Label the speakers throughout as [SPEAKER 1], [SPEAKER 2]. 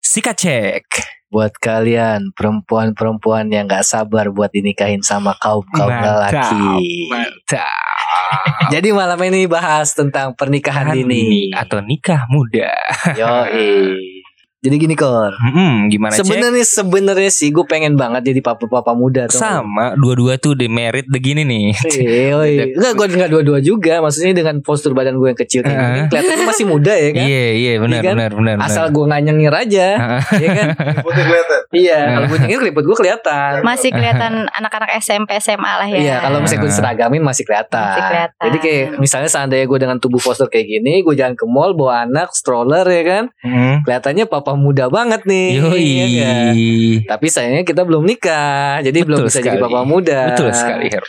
[SPEAKER 1] Sikat cek.
[SPEAKER 2] buat kalian perempuan-perempuan yang nggak sabar buat dinikahin sama kaum kaum
[SPEAKER 1] Mantap,
[SPEAKER 2] lelaki.
[SPEAKER 1] Mantap.
[SPEAKER 2] Jadi malam ini bahas tentang pernikahan
[SPEAKER 1] Kan Ini
[SPEAKER 2] dini.
[SPEAKER 1] atau nikah muda.
[SPEAKER 2] Yoi. Jadi gini kor.
[SPEAKER 1] Mm-mm, gimana cek?
[SPEAKER 2] Sebenarnya sebenarnya sih gue pengen banget jadi papa-papa muda tuh.
[SPEAKER 1] Sama dua-dua tuh di merit begini nih.
[SPEAKER 2] Yoi. Enggak gue enggak dua-dua juga. Maksudnya dengan postur badan gue yang kecil kayak gini,
[SPEAKER 1] Heeh.
[SPEAKER 2] kelihatannya masih muda ya kan.
[SPEAKER 1] Uh-huh. Iya iya benar
[SPEAKER 2] Iya
[SPEAKER 1] benar
[SPEAKER 2] kan?
[SPEAKER 1] benar. Uh-huh. benar.
[SPEAKER 2] Asal gue nggak nyengir aja, ya kan?
[SPEAKER 3] Putih kelihatan.
[SPEAKER 2] Iya, kalau gue nyengir keriput gue kelihatan.
[SPEAKER 4] Masih kelihatan anak-anak SMP SMA lah ya.
[SPEAKER 2] Iya, kalau misalnya gue
[SPEAKER 1] Ah.
[SPEAKER 2] diseragamin masih kelihatan.
[SPEAKER 4] Masih kelihatan.
[SPEAKER 2] Jadi kayak misalnya seandainya gue dengan tubuh postur kayak gini, gue jalan ke mall bawa anak stroller ya kan,
[SPEAKER 1] Mm.
[SPEAKER 2] kelihatannya papa muda banget nih.
[SPEAKER 1] Yoi.
[SPEAKER 2] ya kan? Tapi sayangnya kita belum nikah, jadi belum
[SPEAKER 1] Betul
[SPEAKER 2] bisa
[SPEAKER 1] sekali.
[SPEAKER 2] jadi papa muda.
[SPEAKER 1] Betul sekali Her.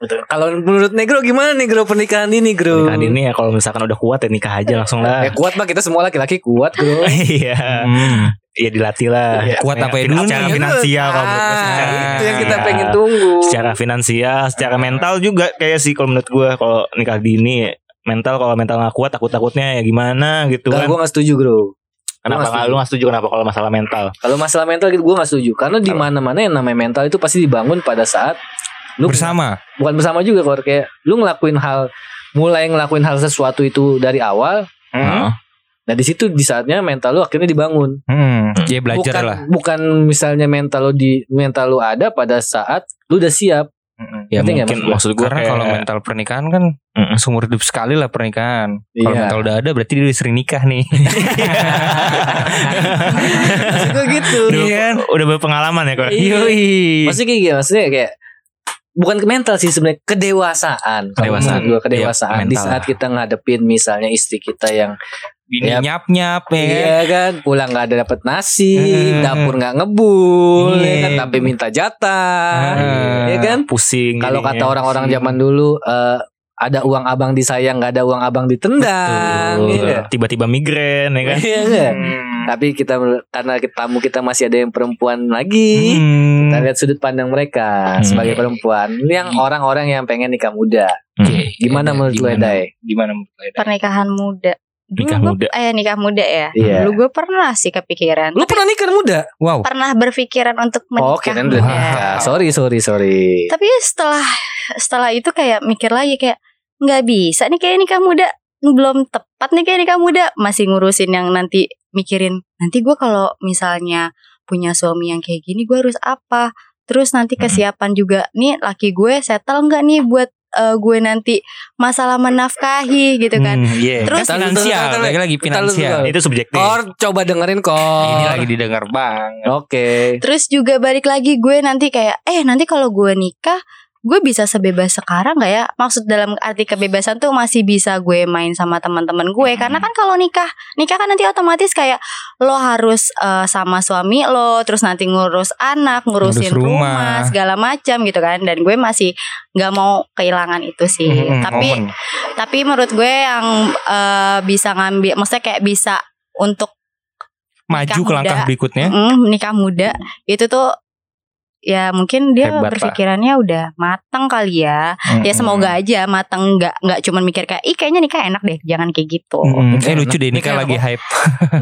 [SPEAKER 2] Betul. Kalau menurut Negro gimana Negro pernikahan ini, Negro?
[SPEAKER 5] Pernikahan ini ya kalau misalkan udah kuat ya nikah aja langsung
[SPEAKER 2] Ya
[SPEAKER 1] ah.
[SPEAKER 5] lah.
[SPEAKER 2] kuat mah kita semua laki-laki kuat, Bro.
[SPEAKER 5] Iya,
[SPEAKER 1] Mm.
[SPEAKER 5] ya dilatih lah.
[SPEAKER 1] Iya. Kuat apa ya dulu
[SPEAKER 5] Secara
[SPEAKER 1] nih?
[SPEAKER 5] finansial kalau menurut gue,
[SPEAKER 2] Ah,
[SPEAKER 5] secara
[SPEAKER 2] itu yang kita
[SPEAKER 5] finansial.
[SPEAKER 2] pengen tunggu.
[SPEAKER 5] Secara finansial, secara mental juga kayak sih kalau menurut gua kalau nikah dini mental kalau mental nggak kuat takut-takutnya ya gimana gitu
[SPEAKER 2] Gak,
[SPEAKER 5] kan.
[SPEAKER 2] gue gak setuju, Bro. gua
[SPEAKER 5] Kenapa
[SPEAKER 2] nggak
[SPEAKER 5] nggak lu nggak setuju kenapa kalau masalah mental?
[SPEAKER 2] Kalau masalah mental gitu gue gak setuju Karena di mana mana yang namanya mental itu pasti dibangun pada saat Lu
[SPEAKER 1] Bersama.
[SPEAKER 2] Bukan bersama juga kor Kayak lu ngelakuin hal Mulai ngelakuin hal sesuatu itu dari awal
[SPEAKER 5] Hmm?
[SPEAKER 2] Nah di situ di saatnya mental lu akhirnya dibangun
[SPEAKER 1] Hmm. Dia belajar
[SPEAKER 2] bukan,
[SPEAKER 1] lah.
[SPEAKER 2] Bukan misalnya mental lu, di, mental lu ada pada saat lu udah siap
[SPEAKER 1] Ya
[SPEAKER 2] Ngerti nggak
[SPEAKER 1] mungkin
[SPEAKER 5] maksud
[SPEAKER 1] maksud
[SPEAKER 5] gua?
[SPEAKER 1] gue karena
[SPEAKER 5] Kayak-
[SPEAKER 1] kalau mental pernikahan kan
[SPEAKER 5] Mm-mm.
[SPEAKER 1] seumur hidup sekali lah pernikahan. Kalau
[SPEAKER 2] Iya.
[SPEAKER 1] mental udah ada berarti dia udah sering nikah nih.
[SPEAKER 2] Maksud gue gitu
[SPEAKER 5] Udah,
[SPEAKER 1] Iya.
[SPEAKER 5] udah berpengalaman ya kok.
[SPEAKER 2] Iya.
[SPEAKER 1] Yoi.
[SPEAKER 2] Maksudnya kayak gimana? Maksudnya kayak bukan ke mental sih sebenarnya kedewasaan. Kalau
[SPEAKER 1] Kedewasaan.
[SPEAKER 2] menurut gua kedewasaan
[SPEAKER 1] Iya,
[SPEAKER 2] di
[SPEAKER 1] mental.
[SPEAKER 2] saat kita ngadepin misalnya istri kita yang
[SPEAKER 1] Ini
[SPEAKER 2] Yap.
[SPEAKER 1] nyap-nyap ya kan.
[SPEAKER 2] iya kan pulang nggak ada dapat nasi,
[SPEAKER 1] Eh.
[SPEAKER 2] dapur nggak ngebul, ya
[SPEAKER 1] Iya.
[SPEAKER 2] kan tapi minta jatah,
[SPEAKER 1] Ah.
[SPEAKER 2] ya kan?
[SPEAKER 5] Pusing.
[SPEAKER 2] Kalau
[SPEAKER 5] jadinya.
[SPEAKER 2] kata orang-orang zaman dulu eh, ada uang abang disayang nggak ada uang abang ditendang,
[SPEAKER 5] Betul.
[SPEAKER 2] iya.
[SPEAKER 5] tiba-tiba migrain ya kan.
[SPEAKER 2] Iya nggak?
[SPEAKER 5] Hmm.
[SPEAKER 2] Tapi kita karena kita- tamu kita masih ada yang perempuan lagi,
[SPEAKER 1] Hmm.
[SPEAKER 2] kita lihat sudut pandang mereka
[SPEAKER 5] Hmm.
[SPEAKER 2] sebagai perempuan yang orang-orang yang pengen nikah muda
[SPEAKER 5] Hmm.
[SPEAKER 1] Oke.
[SPEAKER 2] Iya. gimana
[SPEAKER 1] Eda,
[SPEAKER 2] menurut lu
[SPEAKER 1] gimana?
[SPEAKER 2] Edai?
[SPEAKER 1] Gimana menurut lu Eda?
[SPEAKER 4] Pernikahan muda. Dulu
[SPEAKER 5] Nikah
[SPEAKER 4] gua-
[SPEAKER 5] muda.
[SPEAKER 4] Eh nikah muda ya.
[SPEAKER 2] Iya.
[SPEAKER 4] Dulu gue pernah sih kepikiran.
[SPEAKER 2] Lu pernah nikah muda?
[SPEAKER 1] Wow.
[SPEAKER 4] Pernah berpikiran untuk menikah.
[SPEAKER 2] Oh, kirain udah
[SPEAKER 4] muda.
[SPEAKER 2] nikah. Sorry, sorry,
[SPEAKER 5] Iya.
[SPEAKER 2] sorry.
[SPEAKER 4] Tapi setelah setelah itu kayak mikir lagi kayak nggak bisa nih kayak nikah muda belum tepat nih kayak nikah muda masih ngurusin yang nanti mikirin nanti gue kalau misalnya punya suami yang kayak gini gue harus apa terus nanti
[SPEAKER 5] Hmm.
[SPEAKER 4] kesiapan juga nih laki gue settle nggak nih buat eh, gue nanti masalah menafkahi gitu kan
[SPEAKER 5] Hmm, iya.
[SPEAKER 4] terus
[SPEAKER 2] Kata-
[SPEAKER 1] Finansial,
[SPEAKER 2] Bentar, bentar,
[SPEAKER 1] lagi lagi
[SPEAKER 2] bentar,
[SPEAKER 1] finansial.
[SPEAKER 2] bentar.
[SPEAKER 5] Itu subjektif.
[SPEAKER 2] Kor, coba dengerin
[SPEAKER 1] Ini
[SPEAKER 2] Kor.
[SPEAKER 1] lagi didengar banget.
[SPEAKER 2] Oke.
[SPEAKER 4] terus juga balik lagi gue nanti kayak eh nanti kalau gue nikah gue bisa sebebas sekarang gak ya maksud dalam arti kebebasan tuh masih bisa gue main sama teman-teman gue
[SPEAKER 1] Hmm.
[SPEAKER 4] karena kan kalau nikah nikah kan nanti otomatis kayak lo harus eh, sama suami lo terus nanti ngurus anak
[SPEAKER 1] Ngurus
[SPEAKER 4] ngurusin rumah.
[SPEAKER 1] rumah.
[SPEAKER 4] segala macam gitu kan dan gue masih nggak mau kehilangan itu sih
[SPEAKER 1] Hmm,
[SPEAKER 4] tapi
[SPEAKER 1] momen.
[SPEAKER 4] tapi menurut gue yang eh, bisa ngambil maksudnya kayak bisa untuk
[SPEAKER 1] maju
[SPEAKER 4] nikah
[SPEAKER 1] ke langkah
[SPEAKER 4] muda.
[SPEAKER 1] berikutnya.
[SPEAKER 4] Mm, nikah muda itu tuh ya mungkin dia
[SPEAKER 1] Hebat, Pak.
[SPEAKER 4] berpikirannya udah matang kali ya. Ya
[SPEAKER 1] Mm-mm.
[SPEAKER 4] semoga aja matang nggak nggak cuman mikir kayak ih kayaknya nikah enak deh, jangan kayak gitu.
[SPEAKER 1] Mm-mm.
[SPEAKER 2] Nikah
[SPEAKER 1] Eh lucu
[SPEAKER 2] enak.
[SPEAKER 1] deh nikah
[SPEAKER 2] Nikah
[SPEAKER 1] lagi hype.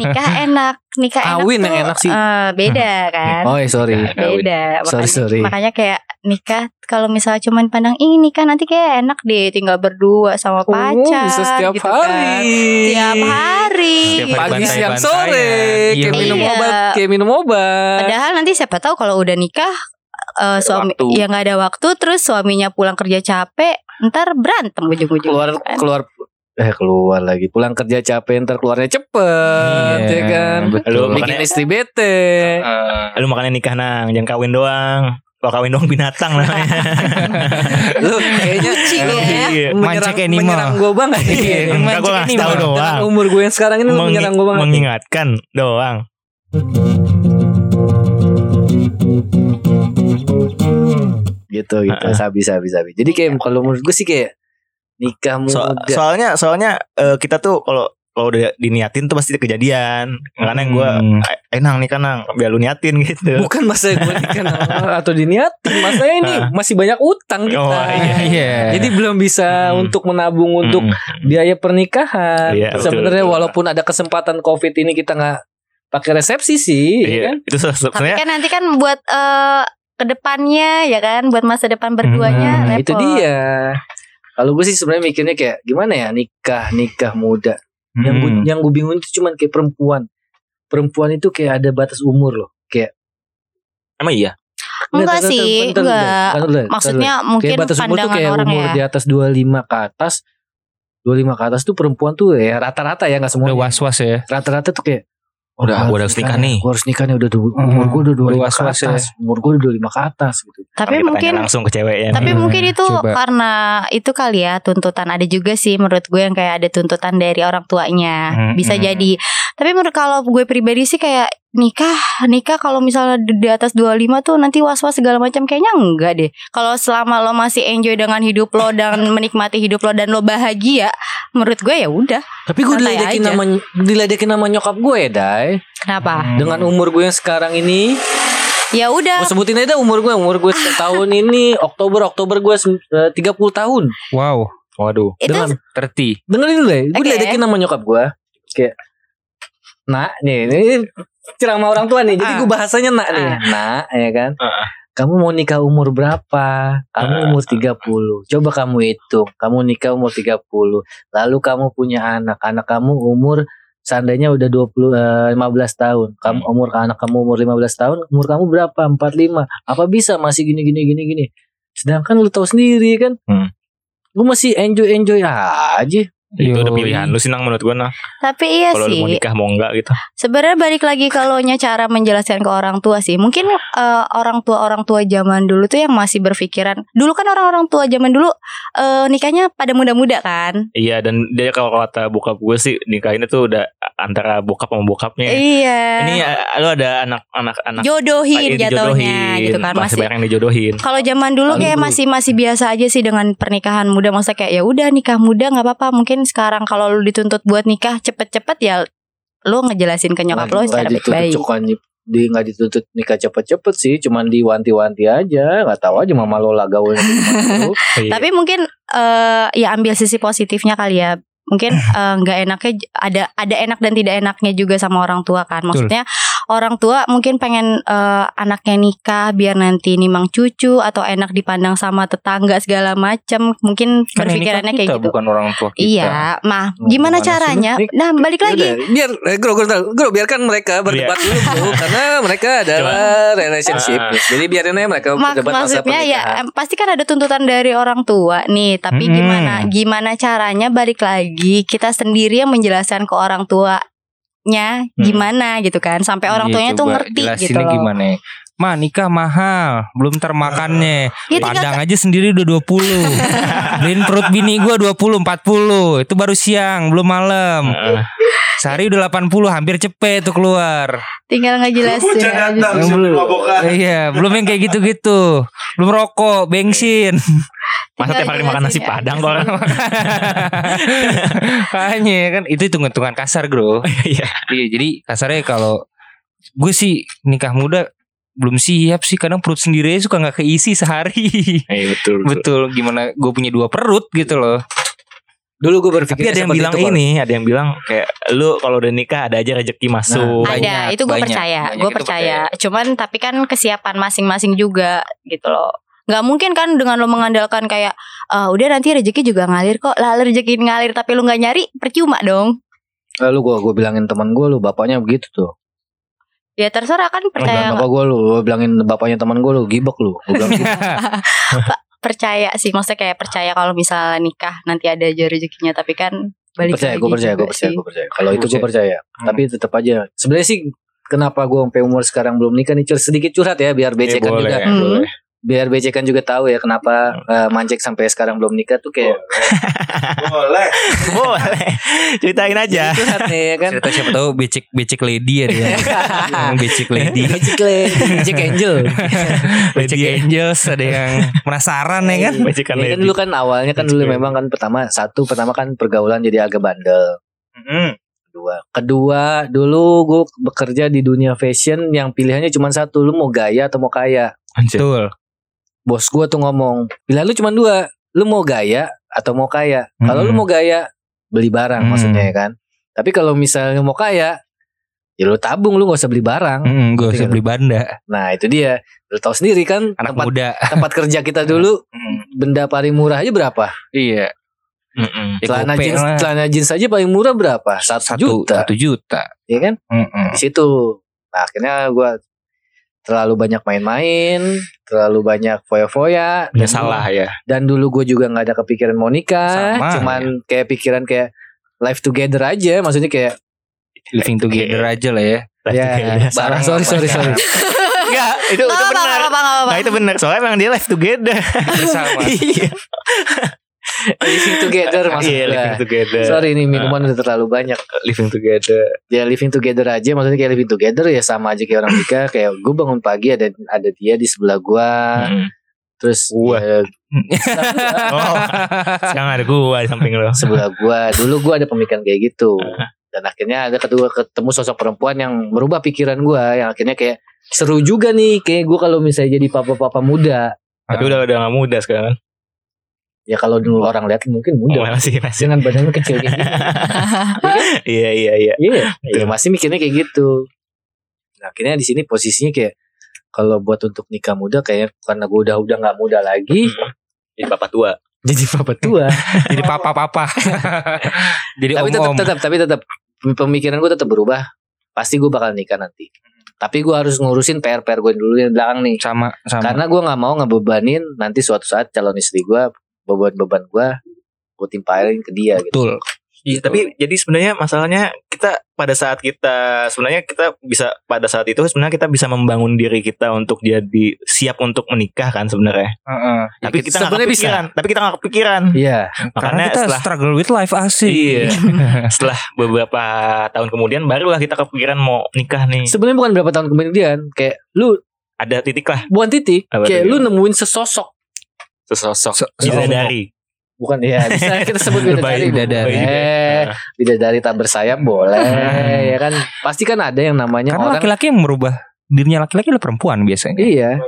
[SPEAKER 4] Nikah enak, nikah
[SPEAKER 2] Kawin
[SPEAKER 4] enak
[SPEAKER 2] yang
[SPEAKER 4] tuh,
[SPEAKER 2] enak sih.
[SPEAKER 4] eh, beda kan.
[SPEAKER 2] Oh,
[SPEAKER 1] iya.
[SPEAKER 2] sorry.
[SPEAKER 4] Beda.
[SPEAKER 2] Sorry,
[SPEAKER 4] Makanya,
[SPEAKER 2] sorry.
[SPEAKER 4] makanya kayak nikah kalau misalnya cuman pandang ih nikah nanti kayak enak deh tinggal berdua sama pacar
[SPEAKER 2] Oh, bisa setiap
[SPEAKER 4] gitu kan.
[SPEAKER 2] hari.
[SPEAKER 4] Setiap hari.
[SPEAKER 1] Setiap hari
[SPEAKER 2] Iya, Pagi,
[SPEAKER 1] Bantai-bantai.
[SPEAKER 2] siang, sore.
[SPEAKER 5] ya.
[SPEAKER 2] Kayak
[SPEAKER 1] Iya.
[SPEAKER 2] minum
[SPEAKER 4] Iya.
[SPEAKER 2] obat, kayak minum obat.
[SPEAKER 4] Padahal nanti siapa tahu kalau udah nikah eh, suami
[SPEAKER 1] waktu.
[SPEAKER 4] yang nggak ada waktu terus suaminya pulang kerja capek ntar berantem ujung-ujung Kan?
[SPEAKER 2] keluar keluar eh keluar lagi pulang kerja capek ntar keluarnya cepet
[SPEAKER 1] Iya, Eh,
[SPEAKER 2] ya kan
[SPEAKER 1] betul.
[SPEAKER 2] Lu bikin
[SPEAKER 5] Makanya-
[SPEAKER 2] istri bete
[SPEAKER 5] Lu makanya nikah nang, jangan kawin doang. Kalau kawin doang binatang namanya.
[SPEAKER 2] lu kayaknya eh,
[SPEAKER 4] Kucing
[SPEAKER 2] lu
[SPEAKER 4] ya.
[SPEAKER 5] Iya.
[SPEAKER 2] menyerang,
[SPEAKER 1] Mancing animal.
[SPEAKER 2] menyerang gue banget
[SPEAKER 1] Iya,
[SPEAKER 2] Iya.
[SPEAKER 5] Eh, Enggak gue
[SPEAKER 1] Mancing
[SPEAKER 5] ngasih tahu
[SPEAKER 1] animal.
[SPEAKER 5] doang.
[SPEAKER 2] Dengan umur gue yang sekarang ini lu
[SPEAKER 5] Mengi-
[SPEAKER 2] menyerang gue banget.
[SPEAKER 5] mengingatkan doang.
[SPEAKER 2] Gitu gitu, sabi sabi sabi. Jadi kayak kalau menurut gue sih kayak nikah muda.
[SPEAKER 5] So- soalnya soalnya eh, kita tuh kalau kalau udah diniatin tuh pasti kejadian. Makanya gue
[SPEAKER 1] Hmm.
[SPEAKER 5] enang nih kan nang, biar lu niatin gitu.
[SPEAKER 2] Bukan masa gue nikah nama- atau diniatin, masa ini masih banyak utang kita.
[SPEAKER 5] Oh, iya,
[SPEAKER 1] iya.
[SPEAKER 2] Jadi belum bisa
[SPEAKER 5] Hmm.
[SPEAKER 2] untuk menabung untuk
[SPEAKER 5] Mm.
[SPEAKER 2] biaya pernikahan.
[SPEAKER 5] Iya, betul,
[SPEAKER 2] Sebenarnya
[SPEAKER 5] betul.
[SPEAKER 2] walaupun ada kesempatan Covid ini kita nggak pakai resepsi sih ya kan?
[SPEAKER 5] Iya, itu se- se-
[SPEAKER 4] Tapi
[SPEAKER 5] sebenarnya
[SPEAKER 4] kan nanti kan buat eh, kedepannya ya kan, buat masa depan berduanya
[SPEAKER 2] Nah, itu
[SPEAKER 4] repot.
[SPEAKER 2] dia. Kalau gue sih sebenarnya mikirnya kayak gimana ya nikah nikah muda. Yang gue
[SPEAKER 5] Hmm.
[SPEAKER 2] yang gue bingung itu cuman kayak perempuan. Perempuan itu kayak ada batas umur loh. Kayak
[SPEAKER 5] emang iya.
[SPEAKER 2] Ntar,
[SPEAKER 4] Enggak
[SPEAKER 2] ntar,
[SPEAKER 4] sih,
[SPEAKER 2] ntar, ntar,
[SPEAKER 4] enggak.
[SPEAKER 2] ntar, ntar, ntar, ntar.
[SPEAKER 4] Maksudnya
[SPEAKER 2] kayak
[SPEAKER 4] mungkin
[SPEAKER 2] batas umur tuh
[SPEAKER 4] pandangan
[SPEAKER 2] kayak
[SPEAKER 4] orang
[SPEAKER 2] umur
[SPEAKER 4] ya.
[SPEAKER 2] di atas 25 ke atas. 25 ke atas tuh perempuan tuh ya rata-rata ya nggak semua.
[SPEAKER 1] Udah was-was ya.
[SPEAKER 2] Rata-rata tuh kayak "Oh,
[SPEAKER 5] Udah,
[SPEAKER 2] gua
[SPEAKER 5] gua harus nikah nih.
[SPEAKER 2] Gue harus nikah nih udah du-
[SPEAKER 1] Hmm,
[SPEAKER 2] umur gue udah
[SPEAKER 1] udah
[SPEAKER 2] 25 ke
[SPEAKER 1] was-was ya.
[SPEAKER 2] atas. Umur gue udah 25 ke atas gitu.
[SPEAKER 4] Tapi kan
[SPEAKER 5] Kita tanya
[SPEAKER 4] mungkin
[SPEAKER 5] langsung ke ceweknya.
[SPEAKER 4] tapi
[SPEAKER 1] Hmm,
[SPEAKER 4] mungkin itu
[SPEAKER 1] coba.
[SPEAKER 4] karena itu kali ya tuntutan ada juga sih menurut gue yang kayak ada tuntutan dari orang tuanya
[SPEAKER 5] Hmm,
[SPEAKER 4] bisa
[SPEAKER 5] hmm.
[SPEAKER 4] jadi tapi menurut kalau gue pribadi sih kayak nikah nikah kalau misalnya di di atas 25 tuh nanti was-was segala macam kayaknya enggak deh kalau selama lo masih enjoy dengan hidup lo dan menikmati hidup lo dan lo bahagia menurut gue ya udah
[SPEAKER 2] Tapi gue
[SPEAKER 4] Santai
[SPEAKER 2] diledekin
[SPEAKER 4] aja.
[SPEAKER 2] nama diledekin nama nyokap gue ya, Dai.
[SPEAKER 4] kenapa
[SPEAKER 5] Hmm.
[SPEAKER 2] Dengan umur gue yang sekarang ini,
[SPEAKER 4] ya udah
[SPEAKER 2] Gue sebutin aja dah umur gue Umur gue tahun ini Oktober Oktober gue sem- eh, 30 tahun
[SPEAKER 1] Wow.
[SPEAKER 5] Waduh.
[SPEAKER 4] itu
[SPEAKER 2] Dengan
[SPEAKER 1] Terti.
[SPEAKER 2] Dengerin dulu ya Gue
[SPEAKER 4] Oke.
[SPEAKER 2] diledekin sama nyokap gue Kayak Nak nih Ini ceramah orang tua nih Jadi
[SPEAKER 4] Ah.
[SPEAKER 2] gue bahasanya nak nih
[SPEAKER 4] Ah.
[SPEAKER 2] Nak ya kan
[SPEAKER 5] Ah.
[SPEAKER 2] Kamu mau nikah umur berapa?
[SPEAKER 5] Ah.
[SPEAKER 2] Kamu umur 30 Coba kamu hitung Kamu nikah umur 30 Lalu kamu punya anak Anak kamu umur Seandainya udah 20 eh, 15 tahun. Kamu
[SPEAKER 5] Hmm.
[SPEAKER 2] umur anak kamu umur 15 tahun, umur kamu berapa? 45. Apa bisa masih gini gini gini gini? Sedangkan lu tahu sendiri kan.
[SPEAKER 5] Hmm.
[SPEAKER 2] Lu masih enjoy-enjoy aja.
[SPEAKER 5] Itu udah
[SPEAKER 1] Yoi.
[SPEAKER 5] pilihan lu sih nang menurut gua nah.
[SPEAKER 4] tapi iya
[SPEAKER 5] Kalau lu mau
[SPEAKER 4] sih
[SPEAKER 5] nikah mau enggak gitu.
[SPEAKER 4] Sebenarnya balik lagi kalau nya cara menjelaskan ke orang tua sih. Mungkin eh, orang tua orang tua zaman dulu tuh yang masih berpikiran. Dulu kan orang-orang tua zaman dulu eh, nikahnya pada muda-muda kan.
[SPEAKER 5] Iya dan dia kalau kata bokap gue sih nikahinnya tuh udah antara bokap sama bokapnya.
[SPEAKER 4] Iya.
[SPEAKER 5] Ini nah, ah, lu ada anak-anak anak
[SPEAKER 4] jodohin jatuhnya gitu kan
[SPEAKER 5] masih,
[SPEAKER 4] masih.
[SPEAKER 5] banyak yang dijodohin.
[SPEAKER 4] Kalau zaman dulu
[SPEAKER 2] Lalu
[SPEAKER 4] kayak
[SPEAKER 2] dulu.
[SPEAKER 4] masih masih biasa aja sih dengan pernikahan muda. Maksudnya kayak ya udah nikah muda nggak apa-apa. Mungkin sekarang kalau lu dituntut buat nikah cepet-cepet ya lo ngejelasin ke nyokap lo
[SPEAKER 2] Nggak
[SPEAKER 4] secara
[SPEAKER 2] dituntut
[SPEAKER 4] baik-baik.
[SPEAKER 2] Nah, cukup nip- di nggak dituntut nikah cepet-cepet sih, cuman diwanti-wanti aja. Nggak tahu aja mama lo lah gaulnya gitu.
[SPEAKER 5] Iya.
[SPEAKER 4] Tapi mungkin eh, ya ambil sisi positifnya kali ya. Mungkin eh, nggak enaknya j- ada ada enak dan tidak enaknya juga sama orang tua kan.
[SPEAKER 1] Betul.
[SPEAKER 4] Maksudnya orang tua mungkin pengen eh, anaknya nikah biar nanti nimang cucu atau enak dipandang sama tetangga segala macam.
[SPEAKER 1] Kan
[SPEAKER 4] Mungkin
[SPEAKER 1] ini kan
[SPEAKER 4] berpikirannya kayak
[SPEAKER 1] kita,
[SPEAKER 4] gitu.
[SPEAKER 1] Bukan orang tua kita.
[SPEAKER 4] Iya,
[SPEAKER 2] Hmm,
[SPEAKER 4] mah gimana
[SPEAKER 2] gimana sih
[SPEAKER 4] caranya?
[SPEAKER 2] lu? Nih,
[SPEAKER 4] Nah, balik lagi.
[SPEAKER 2] Yaudah, biar eh, Gro, gro, ntar. Gro, biarkan mereka berdebat dulu bro, karena mereka adalah relationship.
[SPEAKER 5] Iya. Ah,
[SPEAKER 2] Jadi biarin aja mereka
[SPEAKER 4] Mak-
[SPEAKER 2] berdebat masa
[SPEAKER 4] maksudnya ya
[SPEAKER 2] pernikahan.
[SPEAKER 4] em, pasti kan ada tuntutan dari orang tua nih tapi
[SPEAKER 5] Hmm.
[SPEAKER 1] Mm-mm.
[SPEAKER 4] gimana gimana caranya balik lagi kita sendiri yang menjelaskan ke orang tuanya
[SPEAKER 5] Hmm.
[SPEAKER 4] gimana gitu kan sampai orang
[SPEAKER 1] Iya,
[SPEAKER 4] tuanya tuh
[SPEAKER 1] coba
[SPEAKER 4] ngerti gitu
[SPEAKER 1] jelasinnya
[SPEAKER 4] loh
[SPEAKER 1] gimana ya. Ma nikah mahal Belum termakannya
[SPEAKER 4] Ya, tinggal-
[SPEAKER 1] Padang aja sendiri udah 20 Beliin perut bini gua 20 40 Itu baru siang Belum malam
[SPEAKER 5] Heeh.
[SPEAKER 1] Sehari udah 80 hampir cepet tuh keluar.
[SPEAKER 4] tinggal ngejelasin aja.
[SPEAKER 1] Yang belum. Iya, belum yang kaum kayak gitu-gitu. Belum rokok, bensin.
[SPEAKER 5] Masa tiap hari makan nasi
[SPEAKER 4] jelasin ya.
[SPEAKER 5] padang kok orang.
[SPEAKER 1] Kayaknya kan itu hitung-hitungan kasar, Bro.
[SPEAKER 5] Iya.
[SPEAKER 1] Iya, jadi kasarnya kalau gue sih nikah muda belum siap sih kadang perut sendiri aja suka nggak keisi sehari
[SPEAKER 5] Iya betul betul.
[SPEAKER 1] betul gimana gue punya dua perut gitu loh
[SPEAKER 2] Dulu gue berpikir
[SPEAKER 5] Tapi ada yang bilang ini, ada yang bilang kayak lu kalau udah nikah ada aja rezeki
[SPEAKER 1] Nah,
[SPEAKER 5] masuk. Iya,
[SPEAKER 4] ada
[SPEAKER 1] Banyak,
[SPEAKER 4] itu gue
[SPEAKER 1] banyak,
[SPEAKER 4] percaya
[SPEAKER 1] banyak
[SPEAKER 4] gue
[SPEAKER 1] itu
[SPEAKER 4] percaya cuman tapi kan kesiapan masing-masing juga gitu loh nggak mungkin kan dengan lo mengandalkan kayak "Ah, udah nanti rezeki juga ngalir kok lalu rezeki ngalir tapi lu nggak nyari percuma dong
[SPEAKER 2] Lalu gue gue bilangin teman gue lu bapaknya begitu tuh.
[SPEAKER 4] ya terserah kan percaya
[SPEAKER 5] Ya.
[SPEAKER 2] Bilang
[SPEAKER 4] nggak
[SPEAKER 2] bapak gue lu, lu bilangin bapaknya teman gue lu gibok lu. Gue bilang
[SPEAKER 4] percaya sih maksudnya kayak percaya kalau misalnya nikah nanti ada aja rezekinya tapi kan balik
[SPEAKER 2] percaya,
[SPEAKER 4] lagi
[SPEAKER 2] gue percaya,
[SPEAKER 5] gitu
[SPEAKER 4] juga
[SPEAKER 2] gue percaya,
[SPEAKER 4] sih.
[SPEAKER 2] gue percaya. Kalau itu gue
[SPEAKER 1] Buset.
[SPEAKER 2] percaya.
[SPEAKER 1] Hmm.
[SPEAKER 2] Tapi tetap aja. Sebenarnya sih kenapa gue sampai umur sekarang belum nikah nih cur- sedikit curhat ya biar
[SPEAKER 5] Eh,
[SPEAKER 2] becekan
[SPEAKER 5] boleh,
[SPEAKER 2] juga
[SPEAKER 4] Hmm.
[SPEAKER 5] boleh.
[SPEAKER 2] biar becekan juga tahu ya kenapa eh, mancek sampai sekarang belum nikah tuh kayak
[SPEAKER 3] Boleh.
[SPEAKER 5] Boleh. Ceritain aja.
[SPEAKER 2] curhat nih ya kan
[SPEAKER 1] cerita siapa tahu becek becek lady ya dia Yang becek lady
[SPEAKER 2] Magic Lady, Magic Angel.
[SPEAKER 1] becek angels ada yang penasaran ya Iya. kan
[SPEAKER 5] Majikan
[SPEAKER 2] Ya kan
[SPEAKER 5] lady.
[SPEAKER 2] dulu kan awalnya kan dulu
[SPEAKER 5] Magic
[SPEAKER 2] memang kan pertama satu pertama kan pergaulan jadi agak bandel. Kedua, kedua dulu gue bekerja di dunia fashion yang pilihannya cuma satu, lu mau gaya atau mau kaya.
[SPEAKER 5] Anjir.
[SPEAKER 1] betul
[SPEAKER 2] Bos gue tuh ngomong, pilihan lu cuma dua, lu mau gaya atau mau kaya. Kalau lu
[SPEAKER 1] Hmm.
[SPEAKER 2] mau gaya beli barang
[SPEAKER 1] Hmm.
[SPEAKER 2] maksudnya ya kan. Tapi kalau misalnya mau kaya ya lu tabung lu nggak usah beli barang
[SPEAKER 1] Mm, gue usah
[SPEAKER 2] Ngerti
[SPEAKER 1] beli banda
[SPEAKER 2] nah itu dia lu tahu sendiri kan
[SPEAKER 1] anak
[SPEAKER 2] tempat
[SPEAKER 1] muda.
[SPEAKER 2] tempat kerja kita dulu
[SPEAKER 1] Mm,
[SPEAKER 2] benda paling murah aja berapa
[SPEAKER 1] Iya.
[SPEAKER 5] Mm-mm.
[SPEAKER 1] Ya,
[SPEAKER 2] celana
[SPEAKER 1] gopeng
[SPEAKER 2] jeans
[SPEAKER 1] lah.
[SPEAKER 2] celana jeans aja paling murah berapa satu,
[SPEAKER 1] satu
[SPEAKER 2] juta
[SPEAKER 1] Satu juta.
[SPEAKER 2] ya kan
[SPEAKER 1] Mm-mm.
[SPEAKER 2] di situ Nah, akhirnya gua terlalu banyak main-main terlalu banyak foya-foya
[SPEAKER 5] Ya
[SPEAKER 2] dan
[SPEAKER 5] salah ya.
[SPEAKER 2] dan dulu gue juga nggak ada kepikiran mau nikah
[SPEAKER 1] Sama,
[SPEAKER 2] cuman
[SPEAKER 5] ya.
[SPEAKER 2] kayak pikiran kayak live together aja maksudnya kayak
[SPEAKER 1] Living together aja lah ya.
[SPEAKER 2] ya
[SPEAKER 1] Sarang
[SPEAKER 2] barang sorry
[SPEAKER 1] apa
[SPEAKER 2] sorry
[SPEAKER 1] ya?
[SPEAKER 2] sorry
[SPEAKER 5] Enggak, itu itu
[SPEAKER 4] Gak apa-apa,
[SPEAKER 5] benar.
[SPEAKER 4] gak apa-apa, gak apa-apa.
[SPEAKER 5] Nah, itu benar. Soalnya emang dia live together.
[SPEAKER 1] Bersama.
[SPEAKER 5] Iya.
[SPEAKER 2] living together maksud
[SPEAKER 5] Iya,
[SPEAKER 2] gua.
[SPEAKER 5] living together. Ah.
[SPEAKER 2] sorry nih minuman udah terlalu banyak
[SPEAKER 5] Living together.
[SPEAKER 2] ya living together aja maksudnya kayak living together ya sama aja kayak orang nikah kayak gue bangun pagi ada ada dia di sebelah gua
[SPEAKER 5] Mm.
[SPEAKER 2] terus
[SPEAKER 5] Gua.
[SPEAKER 2] ya,
[SPEAKER 5] Oh. Sekarang ada gua di samping lo.
[SPEAKER 2] sebelah gua dulu gua ada pemikiran kayak gitu dan akhirnya ada kedua ketemu sosok perempuan yang merubah pikiran gua yang akhirnya kayak seru juga nih kayak gua kalau misalnya jadi papa-papa muda
[SPEAKER 5] Tapi udah udah gak muda sekarang kan.
[SPEAKER 2] ya kalau dulu orang lihat mungkin
[SPEAKER 5] Udah
[SPEAKER 2] muda
[SPEAKER 5] masih Oh, masih.
[SPEAKER 2] dengan badannya kecil kayak gitu
[SPEAKER 5] Iya, iya, iya.
[SPEAKER 2] Iya,
[SPEAKER 5] Betul.
[SPEAKER 2] ya masih mikirnya kayak gitu. Nah, akhirnya di sini posisinya kayak kalau buat untuk nikah muda kayak karena gue udah udah nggak muda lagi,
[SPEAKER 5] Hmm. Mm. Jadi bapak tua.
[SPEAKER 2] jadi papa tua.
[SPEAKER 1] Jadi papa-papa. Jadi
[SPEAKER 2] tapi tetap
[SPEAKER 1] om-om.
[SPEAKER 2] tetap tapi tetap pemikiran gue tetap berubah. Pasti gue bakal nikah nanti.
[SPEAKER 1] Hmm.
[SPEAKER 2] Tapi gue harus ngurusin PR-PR gue dulu yang belakang nih.
[SPEAKER 1] sama sama.
[SPEAKER 2] Karena gue nggak mau ngebebanin nanti suatu saat calon istri gue beban-beban gue gue timpain ke dia gitu.
[SPEAKER 1] betul.
[SPEAKER 5] Iya,
[SPEAKER 2] Gitu.
[SPEAKER 5] tapi jadi sebenarnya masalahnya kita pada saat kita sebenarnya kita bisa pada saat itu sebenarnya kita bisa membangun diri kita untuk jadi siap untuk menikah kan sebenarnya.
[SPEAKER 1] Heeh.
[SPEAKER 5] Tapi kita nggak
[SPEAKER 2] sebenarnya bisa.
[SPEAKER 5] kepikiran, tapi kita nggak kepikiran.
[SPEAKER 2] Iya,
[SPEAKER 1] Karena
[SPEAKER 5] Makanya
[SPEAKER 1] kita
[SPEAKER 5] setelah-
[SPEAKER 1] struggle with life asik.
[SPEAKER 5] Iya. Setelah beberapa tahun kemudian barulah kita kepikiran mau nikah
[SPEAKER 1] Hmm.
[SPEAKER 5] nih.
[SPEAKER 2] sebenarnya bukan berapa tahun kemudian kayak lu
[SPEAKER 5] Ada titik lah
[SPEAKER 2] bukan titik,
[SPEAKER 5] Apa
[SPEAKER 2] kayak
[SPEAKER 5] tuh?
[SPEAKER 2] lu nemuin sesosok
[SPEAKER 5] sesosok
[SPEAKER 1] Se-
[SPEAKER 5] bidadari.
[SPEAKER 2] bukan ya bisa kita sebut bidadari Eh.
[SPEAKER 1] Lebay bidadari.
[SPEAKER 2] boleh bidadari tak bersayap boleh ya kan pasti kan ada yang namanya
[SPEAKER 1] Karena
[SPEAKER 2] orang
[SPEAKER 1] laki-laki yang merubah dirinya laki-laki adalah perempuan biasanya.
[SPEAKER 2] iya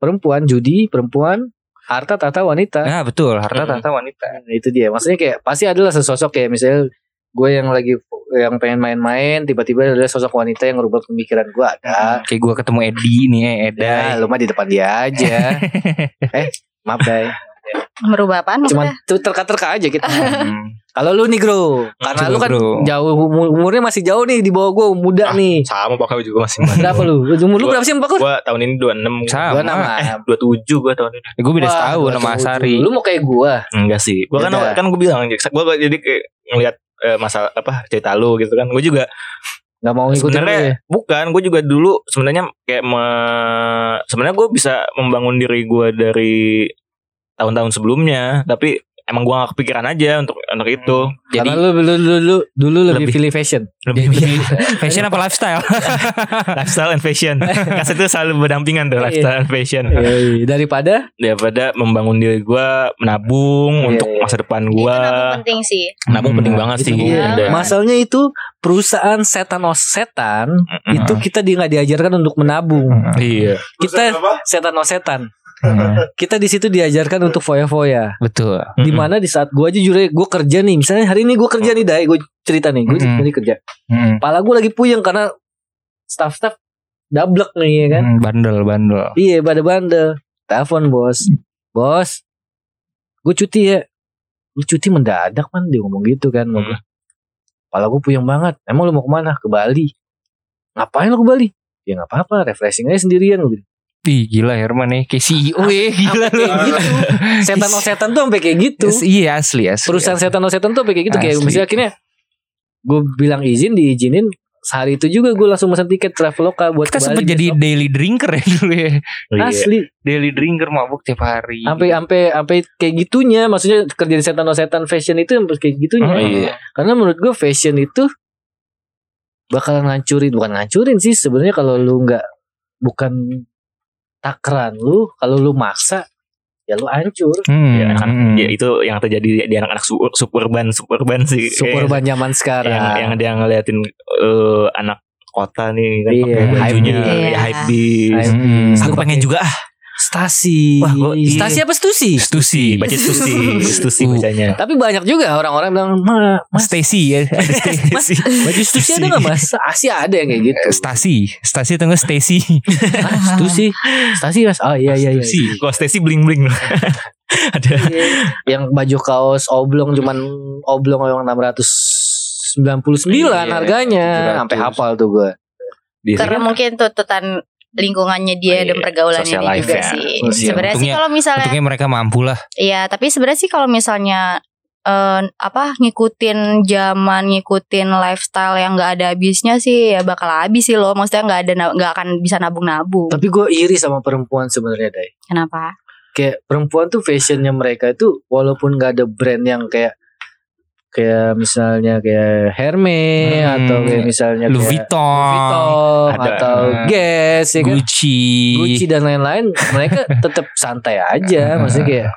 [SPEAKER 2] perempuan judi perempuan harta tata wanita
[SPEAKER 1] Nah betul harta
[SPEAKER 5] Mm-mm.
[SPEAKER 1] tata wanita.
[SPEAKER 2] Nah, itu dia maksudnya kayak pasti adalah sesosok kayak misalnya gue yang lagi yang pengen main-main tiba-tiba ada sosok wanita yang ngerubah pemikiran gue ada
[SPEAKER 1] Kayak gue ketemu Edi nih eh, Eda.
[SPEAKER 2] ya lu mah di depan dia aja eh maaf deh
[SPEAKER 4] Merubah apaan
[SPEAKER 2] cuman
[SPEAKER 4] maksudnya?
[SPEAKER 2] tuh terka-terka aja kita
[SPEAKER 1] Hmm.
[SPEAKER 2] kalau lu nih bro
[SPEAKER 1] Coba,
[SPEAKER 2] karena lu kan
[SPEAKER 1] bro.
[SPEAKER 2] jauh umur- umurnya masih jauh nih di bawah gue muda
[SPEAKER 5] Ah,
[SPEAKER 2] nih
[SPEAKER 5] Sama Pak Kau juga masih muda.
[SPEAKER 2] Berapa lu? Umur lu berapa sih Pak Kur?
[SPEAKER 5] Gua tahun ini 26.
[SPEAKER 1] Sama.
[SPEAKER 2] Gua nama.
[SPEAKER 5] Eh, 27 gua tahun ini.
[SPEAKER 1] Gue Ya, beda
[SPEAKER 2] Wah,
[SPEAKER 1] setahun sama
[SPEAKER 2] 27.
[SPEAKER 1] Asari.
[SPEAKER 2] Lu mau kayak gua.
[SPEAKER 5] Enggak sih. Gua kan
[SPEAKER 2] Beda.
[SPEAKER 5] kan gua bilang gua gua jadi kayak ngelihat eh, masalah apa cerita lu gitu kan. Gua juga
[SPEAKER 2] Gak mau ngikutin ya?
[SPEAKER 5] Sebenarnya-
[SPEAKER 2] gue.
[SPEAKER 5] bukan, gua juga dulu sebenarnya kayak me- sebenarnya gua bisa membangun diri gua dari tahun-tahun sebelumnya, tapi emang gua gak kepikiran aja untuk untuk itu.
[SPEAKER 2] Karena lu dulu dulu dulu lebih,
[SPEAKER 5] Lebih.
[SPEAKER 2] pilih fashion.
[SPEAKER 5] Lebih
[SPEAKER 2] Iya.
[SPEAKER 1] Fashion apa lifestyle?
[SPEAKER 5] lifestyle and fashion. Kasih itu selalu berdampingan tuh
[SPEAKER 2] Iya.
[SPEAKER 5] lifestyle and fashion.
[SPEAKER 2] Eh, daripada
[SPEAKER 5] Daripada membangun diri gua, menabung
[SPEAKER 2] Iya,
[SPEAKER 5] untuk
[SPEAKER 2] iya. kan.
[SPEAKER 5] masa depan
[SPEAKER 4] Itu nabung
[SPEAKER 5] gua.
[SPEAKER 4] penting sih.
[SPEAKER 5] Nabung
[SPEAKER 1] Hmm,
[SPEAKER 5] penting banget
[SPEAKER 2] itu
[SPEAKER 5] sih. Iya.
[SPEAKER 2] dia.
[SPEAKER 5] Ada.
[SPEAKER 2] masalahnya itu perusahaan setan os setan
[SPEAKER 5] Mm-mm.
[SPEAKER 2] itu kita di nggak diajarkan untuk menabung.
[SPEAKER 5] Iya.
[SPEAKER 2] Kita
[SPEAKER 3] apa?
[SPEAKER 2] setan os setan.
[SPEAKER 1] Hmm,
[SPEAKER 2] Kita di situ diajarkan untuk foya-foya.
[SPEAKER 1] Betul.
[SPEAKER 2] Di mana di saat gua aja jujur gue kerja nih, misalnya hari ini gua kerja nih, dai gue cerita nih, gue
[SPEAKER 1] Mm-mm.
[SPEAKER 2] hari ini kerja.
[SPEAKER 1] Hmm,
[SPEAKER 2] Pala gue lagi puyeng karena staff-staff dablek nih ya kan.
[SPEAKER 1] hmm, Bandel bandel.
[SPEAKER 2] Iya pada bandel Telepon bos Bos Gue cuti ya Lu cuti mendadak man Dia ngomong gitu kan mau gue
[SPEAKER 1] Hmm.
[SPEAKER 2] Kepala gue puyeng banget Emang lu mau kemana? Ke Bali Ngapain lu ke Bali? Ya gak apa-apa Refreshing aja sendirian gue bilang.
[SPEAKER 1] Ih gila Herman nih kayak CEO ya gila lu.
[SPEAKER 2] Kayak gitu. Setan-setan tuh sampai kayak gitu
[SPEAKER 1] Iya asli asli.
[SPEAKER 2] Perusahaan setan-setan tuh sampai kayak gitu Kayak
[SPEAKER 1] Asli.
[SPEAKER 2] misalnya akhirnya Gue bilang izin diizinin Sehari itu juga gue langsung pesan tiket Traveloka buat
[SPEAKER 1] kita
[SPEAKER 2] ke
[SPEAKER 1] sempat
[SPEAKER 2] Bali
[SPEAKER 1] jadi
[SPEAKER 2] besok.
[SPEAKER 1] daily drinker ya dulu ya.
[SPEAKER 5] Iya.
[SPEAKER 2] Asli
[SPEAKER 1] Daily drinker mabuk tiap hari.
[SPEAKER 2] sampai sampai sampai kayak gitunya maksudnya kerja di setan setan fashion itu sampai kayak gitunya
[SPEAKER 1] Oh,
[SPEAKER 5] iya.
[SPEAKER 2] karena menurut gue fashion itu bakal ngancurin bukan ngancurin sih sebenarnya kalau lu nggak bukan takran lu kalau lu maksa ya lu hancur
[SPEAKER 1] Hmm,
[SPEAKER 5] Ya, anak-
[SPEAKER 1] hmm.
[SPEAKER 5] ya, itu yang terjadi di- di anak-anak su- suburban suburban sih.
[SPEAKER 2] suburban zaman
[SPEAKER 5] Eh, yang, Iya. yang
[SPEAKER 2] sekarang
[SPEAKER 5] dia ngeliatin eh, anak kota nih kan
[SPEAKER 2] Iya,
[SPEAKER 5] pakai bajunya
[SPEAKER 2] hype
[SPEAKER 5] ya
[SPEAKER 4] beast.
[SPEAKER 5] hype beast.
[SPEAKER 1] Hmm.
[SPEAKER 5] Aku pengen juga ah.
[SPEAKER 2] Stasi.
[SPEAKER 1] Wah, gua- iya.
[SPEAKER 2] Stasi apa Stusi?
[SPEAKER 1] Stusi,
[SPEAKER 5] Baca Stusi, Stusi
[SPEAKER 1] Uh.
[SPEAKER 5] bacanya.
[SPEAKER 2] Tapi banyak juga orang-orang bilang, "Ma,
[SPEAKER 1] Mas Stacy ya, ada Stacy.
[SPEAKER 2] Mas, baju Stusi ada nggak mas? Asi ada yang kayak gitu.
[SPEAKER 1] Stasi, Stasi atau enggak Stacy?
[SPEAKER 2] Ah, Stusi, Stasi mas. Oh iya iya iya.
[SPEAKER 5] Stusi. Kalau Stacy bling-bling. Ada
[SPEAKER 2] Yang baju kaos
[SPEAKER 1] Hmm.
[SPEAKER 2] oblong cuman oblong yang 699
[SPEAKER 5] Iya,
[SPEAKER 2] harganya.
[SPEAKER 5] 700.
[SPEAKER 2] Sampai hafal tuh gue.
[SPEAKER 5] di
[SPEAKER 4] Karena
[SPEAKER 2] kan,
[SPEAKER 4] mmungkin tuntutan lingkungannya dia
[SPEAKER 5] Oh,
[SPEAKER 4] dan
[SPEAKER 5] iya.
[SPEAKER 4] pergaulannya
[SPEAKER 5] Social
[SPEAKER 4] dia
[SPEAKER 5] life
[SPEAKER 4] juga
[SPEAKER 5] ya.
[SPEAKER 4] sih.
[SPEAKER 2] Sosial.
[SPEAKER 4] Sebenarnya sih
[SPEAKER 1] Untungnya-
[SPEAKER 4] kalau misalnya
[SPEAKER 1] Untungnya mereka mampu lah.
[SPEAKER 4] Iya, tapi sebenarnya sih kalau misalnya eh, apa ngikutin zaman, ngikutin lifestyle yang nggak ada habisnya sih ya bakal habis sih loh. Maksudnya nggak ada na- nggak akan bisa nabung-nabung.
[SPEAKER 2] Tapi gue iri sama perempuan sebenarnya Day.
[SPEAKER 4] Kenapa?
[SPEAKER 2] Kayak perempuan tuh fashionnya mereka itu walaupun gak ada brand yang kayak kayak misalnya kayak Hermes
[SPEAKER 1] Hmm,
[SPEAKER 2] atau kayak misalnya
[SPEAKER 1] Louis
[SPEAKER 2] kayak Louis
[SPEAKER 1] Vuitton, Hmm.
[SPEAKER 2] Vuitton
[SPEAKER 5] ada.
[SPEAKER 2] atau Guess ya kan?
[SPEAKER 1] Gucci,
[SPEAKER 2] Gucci dan lain-lain mereka tetap santai aja maksudnya kayak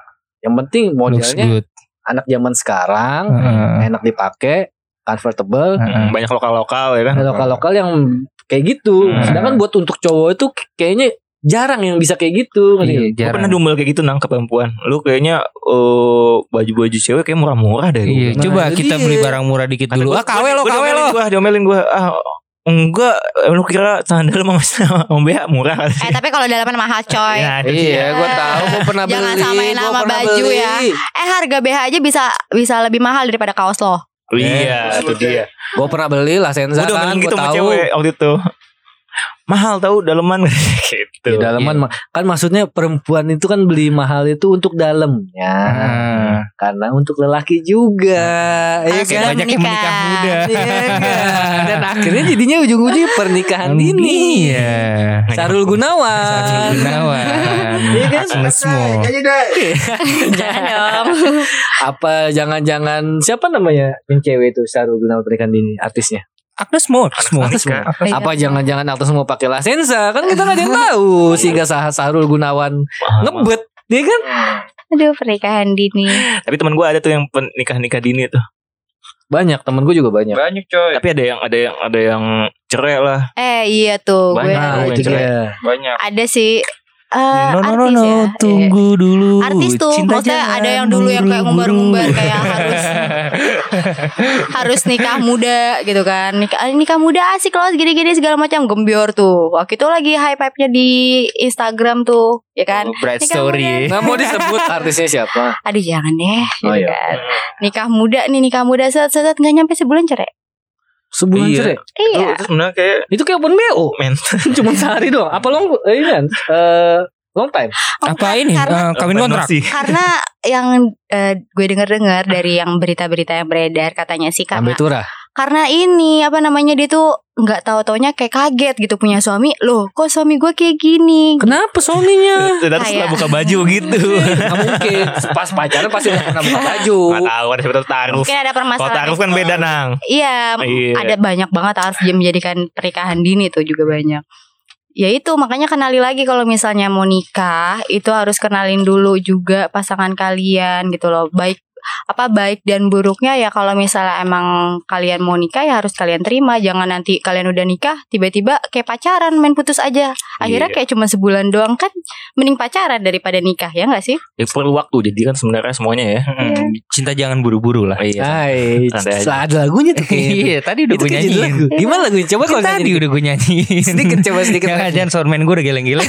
[SPEAKER 2] yang
[SPEAKER 1] Hmm.
[SPEAKER 2] penting
[SPEAKER 1] looks
[SPEAKER 2] modelnya Hmm.
[SPEAKER 1] good. Hmm.
[SPEAKER 2] anak zaman sekarang
[SPEAKER 1] Heeh.
[SPEAKER 2] enak dipakai comfortable
[SPEAKER 1] Heeh.
[SPEAKER 5] banyak lokal-lokal ya kan.
[SPEAKER 2] lokal-lokal yang kayak gitu
[SPEAKER 5] Hmm.
[SPEAKER 2] sedangkan buat untuk cowok itu kayaknya jarang yang bisa kayak gitu ngerti
[SPEAKER 1] Iya,
[SPEAKER 2] nggak?
[SPEAKER 5] Gue
[SPEAKER 1] jarang.
[SPEAKER 5] pernah dumel kayak gitu nangkep perempuan. Lu kayaknya eh, baju-baju cewek kayak murah-murah deh.
[SPEAKER 1] Iya,
[SPEAKER 2] Nah,
[SPEAKER 1] coba
[SPEAKER 2] itu
[SPEAKER 1] kita
[SPEAKER 2] dia.
[SPEAKER 1] beli barang murah dikit
[SPEAKER 5] Kata
[SPEAKER 1] dulu.
[SPEAKER 5] gua,
[SPEAKER 1] Ah, kawe
[SPEAKER 5] gua-
[SPEAKER 1] lo,
[SPEAKER 5] gua
[SPEAKER 1] kawe
[SPEAKER 5] diomelin
[SPEAKER 1] lo.
[SPEAKER 5] Gua diomelin gua. Ah, enggak, lu kira sandal sama sama Bea murah kali.
[SPEAKER 4] Eh tapi kalau dalaman mahal coy.
[SPEAKER 5] Ya, itu dia.
[SPEAKER 2] Iya, gue tahu, gue pernah beli.
[SPEAKER 4] Jangan
[SPEAKER 2] gua
[SPEAKER 4] samain nama
[SPEAKER 2] pernah
[SPEAKER 4] baju
[SPEAKER 2] beli.
[SPEAKER 4] ya. Eh harga BH aja bisa bisa lebih mahal daripada kaos lo.
[SPEAKER 5] Iya, itu dia.
[SPEAKER 2] Gue pernah beli lah Senza
[SPEAKER 5] Gua
[SPEAKER 2] kan,
[SPEAKER 5] diomelin
[SPEAKER 2] gue
[SPEAKER 5] gitu sama
[SPEAKER 2] tahu.
[SPEAKER 5] cewek waktu itu. Mahal tahu daleman gitu.
[SPEAKER 2] Di dalaman mah- kan maksudnya perempuan itu kan beli mahal itu untuk dalamnya,
[SPEAKER 5] Hmm.
[SPEAKER 1] Ah.
[SPEAKER 2] karena untuk lelaki juga.
[SPEAKER 4] Ah,
[SPEAKER 1] Kayak
[SPEAKER 2] Iya
[SPEAKER 4] Sudah
[SPEAKER 2] kan?
[SPEAKER 1] banyak yang
[SPEAKER 4] menikah.
[SPEAKER 1] menikah muda.
[SPEAKER 2] Iya kan? Dan akhirnya jadinya ujung-ujungnya
[SPEAKER 5] Hmm,
[SPEAKER 2] pernikahan ini.
[SPEAKER 1] Iya.
[SPEAKER 2] Sarul
[SPEAKER 1] Sarul
[SPEAKER 2] Gunawan.
[SPEAKER 1] Gunawan.
[SPEAKER 2] Iya kan? Iya.
[SPEAKER 1] Agnes Mo.
[SPEAKER 3] Kayaknya deh.
[SPEAKER 4] Jangan dong.
[SPEAKER 2] Apa jangan-jangan siapa namanya yang cewek itu Sarul Gunawan pernikahan dini artisnya?
[SPEAKER 1] Agnes Mo. Agnes Mo.
[SPEAKER 5] Agnes Mo.
[SPEAKER 4] Iya.
[SPEAKER 2] Apa jangan-jangan artis mau pakai lasensa kan kita nggak ada yang tahu sehingga Sah- Sarul Gunawan ngebet dia kan
[SPEAKER 4] Aduh pernikahan dini.
[SPEAKER 5] Tapi teman gua ada tuh yang nikah-nikah dini tuh.
[SPEAKER 2] banyak temen gue juga banyak
[SPEAKER 3] Banyak coy.
[SPEAKER 5] Tapi ada yang ada yang ada yang cerai lah.
[SPEAKER 4] Eh iya tuh gue
[SPEAKER 5] Banyak.
[SPEAKER 2] nah
[SPEAKER 5] Banyak.
[SPEAKER 2] itu dia
[SPEAKER 3] Banyak.
[SPEAKER 4] ada sih eh,
[SPEAKER 1] No no no
[SPEAKER 4] Iya, artis
[SPEAKER 1] no,
[SPEAKER 4] ya. Iya.
[SPEAKER 1] tunggu dulu.
[SPEAKER 4] artis tuh
[SPEAKER 1] Cinta
[SPEAKER 4] maksudnya
[SPEAKER 1] jangan
[SPEAKER 4] ada yang dulu yang kayak
[SPEAKER 1] buru-buru. Eh,
[SPEAKER 4] ngumbar-ngumbar kayak harus harus nikah muda gitu kan nikah ah, nikah muda asik loh gini-gini segala macam gembior tuh waktu itu lagi hype hype nya di Instagram tuh ya kan
[SPEAKER 1] Bright
[SPEAKER 4] Nikah
[SPEAKER 1] story.
[SPEAKER 2] nggak mau disebut artisnya siapa
[SPEAKER 4] aduh jangan deh
[SPEAKER 2] Oh,
[SPEAKER 4] gitu
[SPEAKER 2] iya.
[SPEAKER 4] kan nikah muda nih nikah muda set set set, nggak nyampe sebulan cerai
[SPEAKER 2] sebulan
[SPEAKER 5] Iya.
[SPEAKER 2] cerai
[SPEAKER 5] Itu,
[SPEAKER 4] iya
[SPEAKER 5] itu sebenarnya kayak
[SPEAKER 2] itu kayak open BO
[SPEAKER 5] men.
[SPEAKER 2] cuma sehari doang apa long eh, ini kan eh, long time
[SPEAKER 1] Apa ini? Eh,
[SPEAKER 4] karena
[SPEAKER 1] kawin kontrak.
[SPEAKER 5] Masih.
[SPEAKER 4] karena yang eh, gue denger-dengar dari yang berita-berita yang beredar katanya sih karena
[SPEAKER 2] ambil turah
[SPEAKER 4] karena ini apa namanya dia tuh nggak tahu taunya kayak kaget gitu punya suami loh kok suami gue kayak gini
[SPEAKER 2] kenapa suaminya
[SPEAKER 5] Dan setelah
[SPEAKER 4] Kayak-
[SPEAKER 5] buka baju
[SPEAKER 2] Iya.
[SPEAKER 5] gitu.
[SPEAKER 2] nggak mungkin pas pacaran pasti nggak pernah buka baju
[SPEAKER 5] Gak tahu ada sebetulnya taruh.
[SPEAKER 4] mungkin ada
[SPEAKER 5] Kalau
[SPEAKER 4] permasalahan
[SPEAKER 5] taruh kan beda nang.
[SPEAKER 4] iya
[SPEAKER 5] Iya.
[SPEAKER 4] ada banyak banget harus dia menjadikan pernikahan dini tuh juga banyak ya itu makanya kenali lagi kalau misalnya mau nikah itu harus kenalin dulu juga pasangan kalian gitu loh baik apa baik dan buruknya ya kalau misalnya emang kalian mau nikah ya harus kalian terima jangan nanti kalian udah nikah tiba-tiba kayak pacaran main putus aja akhirnya
[SPEAKER 5] Iya.
[SPEAKER 4] kayak cuma sebulan doang kan mending pacaran daripada nikah ya nggak sih
[SPEAKER 5] Ya perlu waktu jadi kan sebenarnya semuanya ya.
[SPEAKER 1] Mm, Cinta jangan buru-buru lah.
[SPEAKER 5] Iya.
[SPEAKER 2] Hai,
[SPEAKER 5] Santai aja.
[SPEAKER 2] ada lagunya tuh kayaknya.
[SPEAKER 1] Iya, tadi udah
[SPEAKER 2] itu
[SPEAKER 1] gue
[SPEAKER 2] kayak judul
[SPEAKER 1] nyanyiin.
[SPEAKER 2] lagu. Gimana lagunya? Coba
[SPEAKER 1] Kan
[SPEAKER 2] kalau
[SPEAKER 1] tadi
[SPEAKER 2] nyanyi
[SPEAKER 1] udah gue nyanyiin.
[SPEAKER 2] sedikit coba sedikit.
[SPEAKER 1] Jangan
[SPEAKER 2] lagi.
[SPEAKER 1] jangan sormen gue udah geleng-geleng.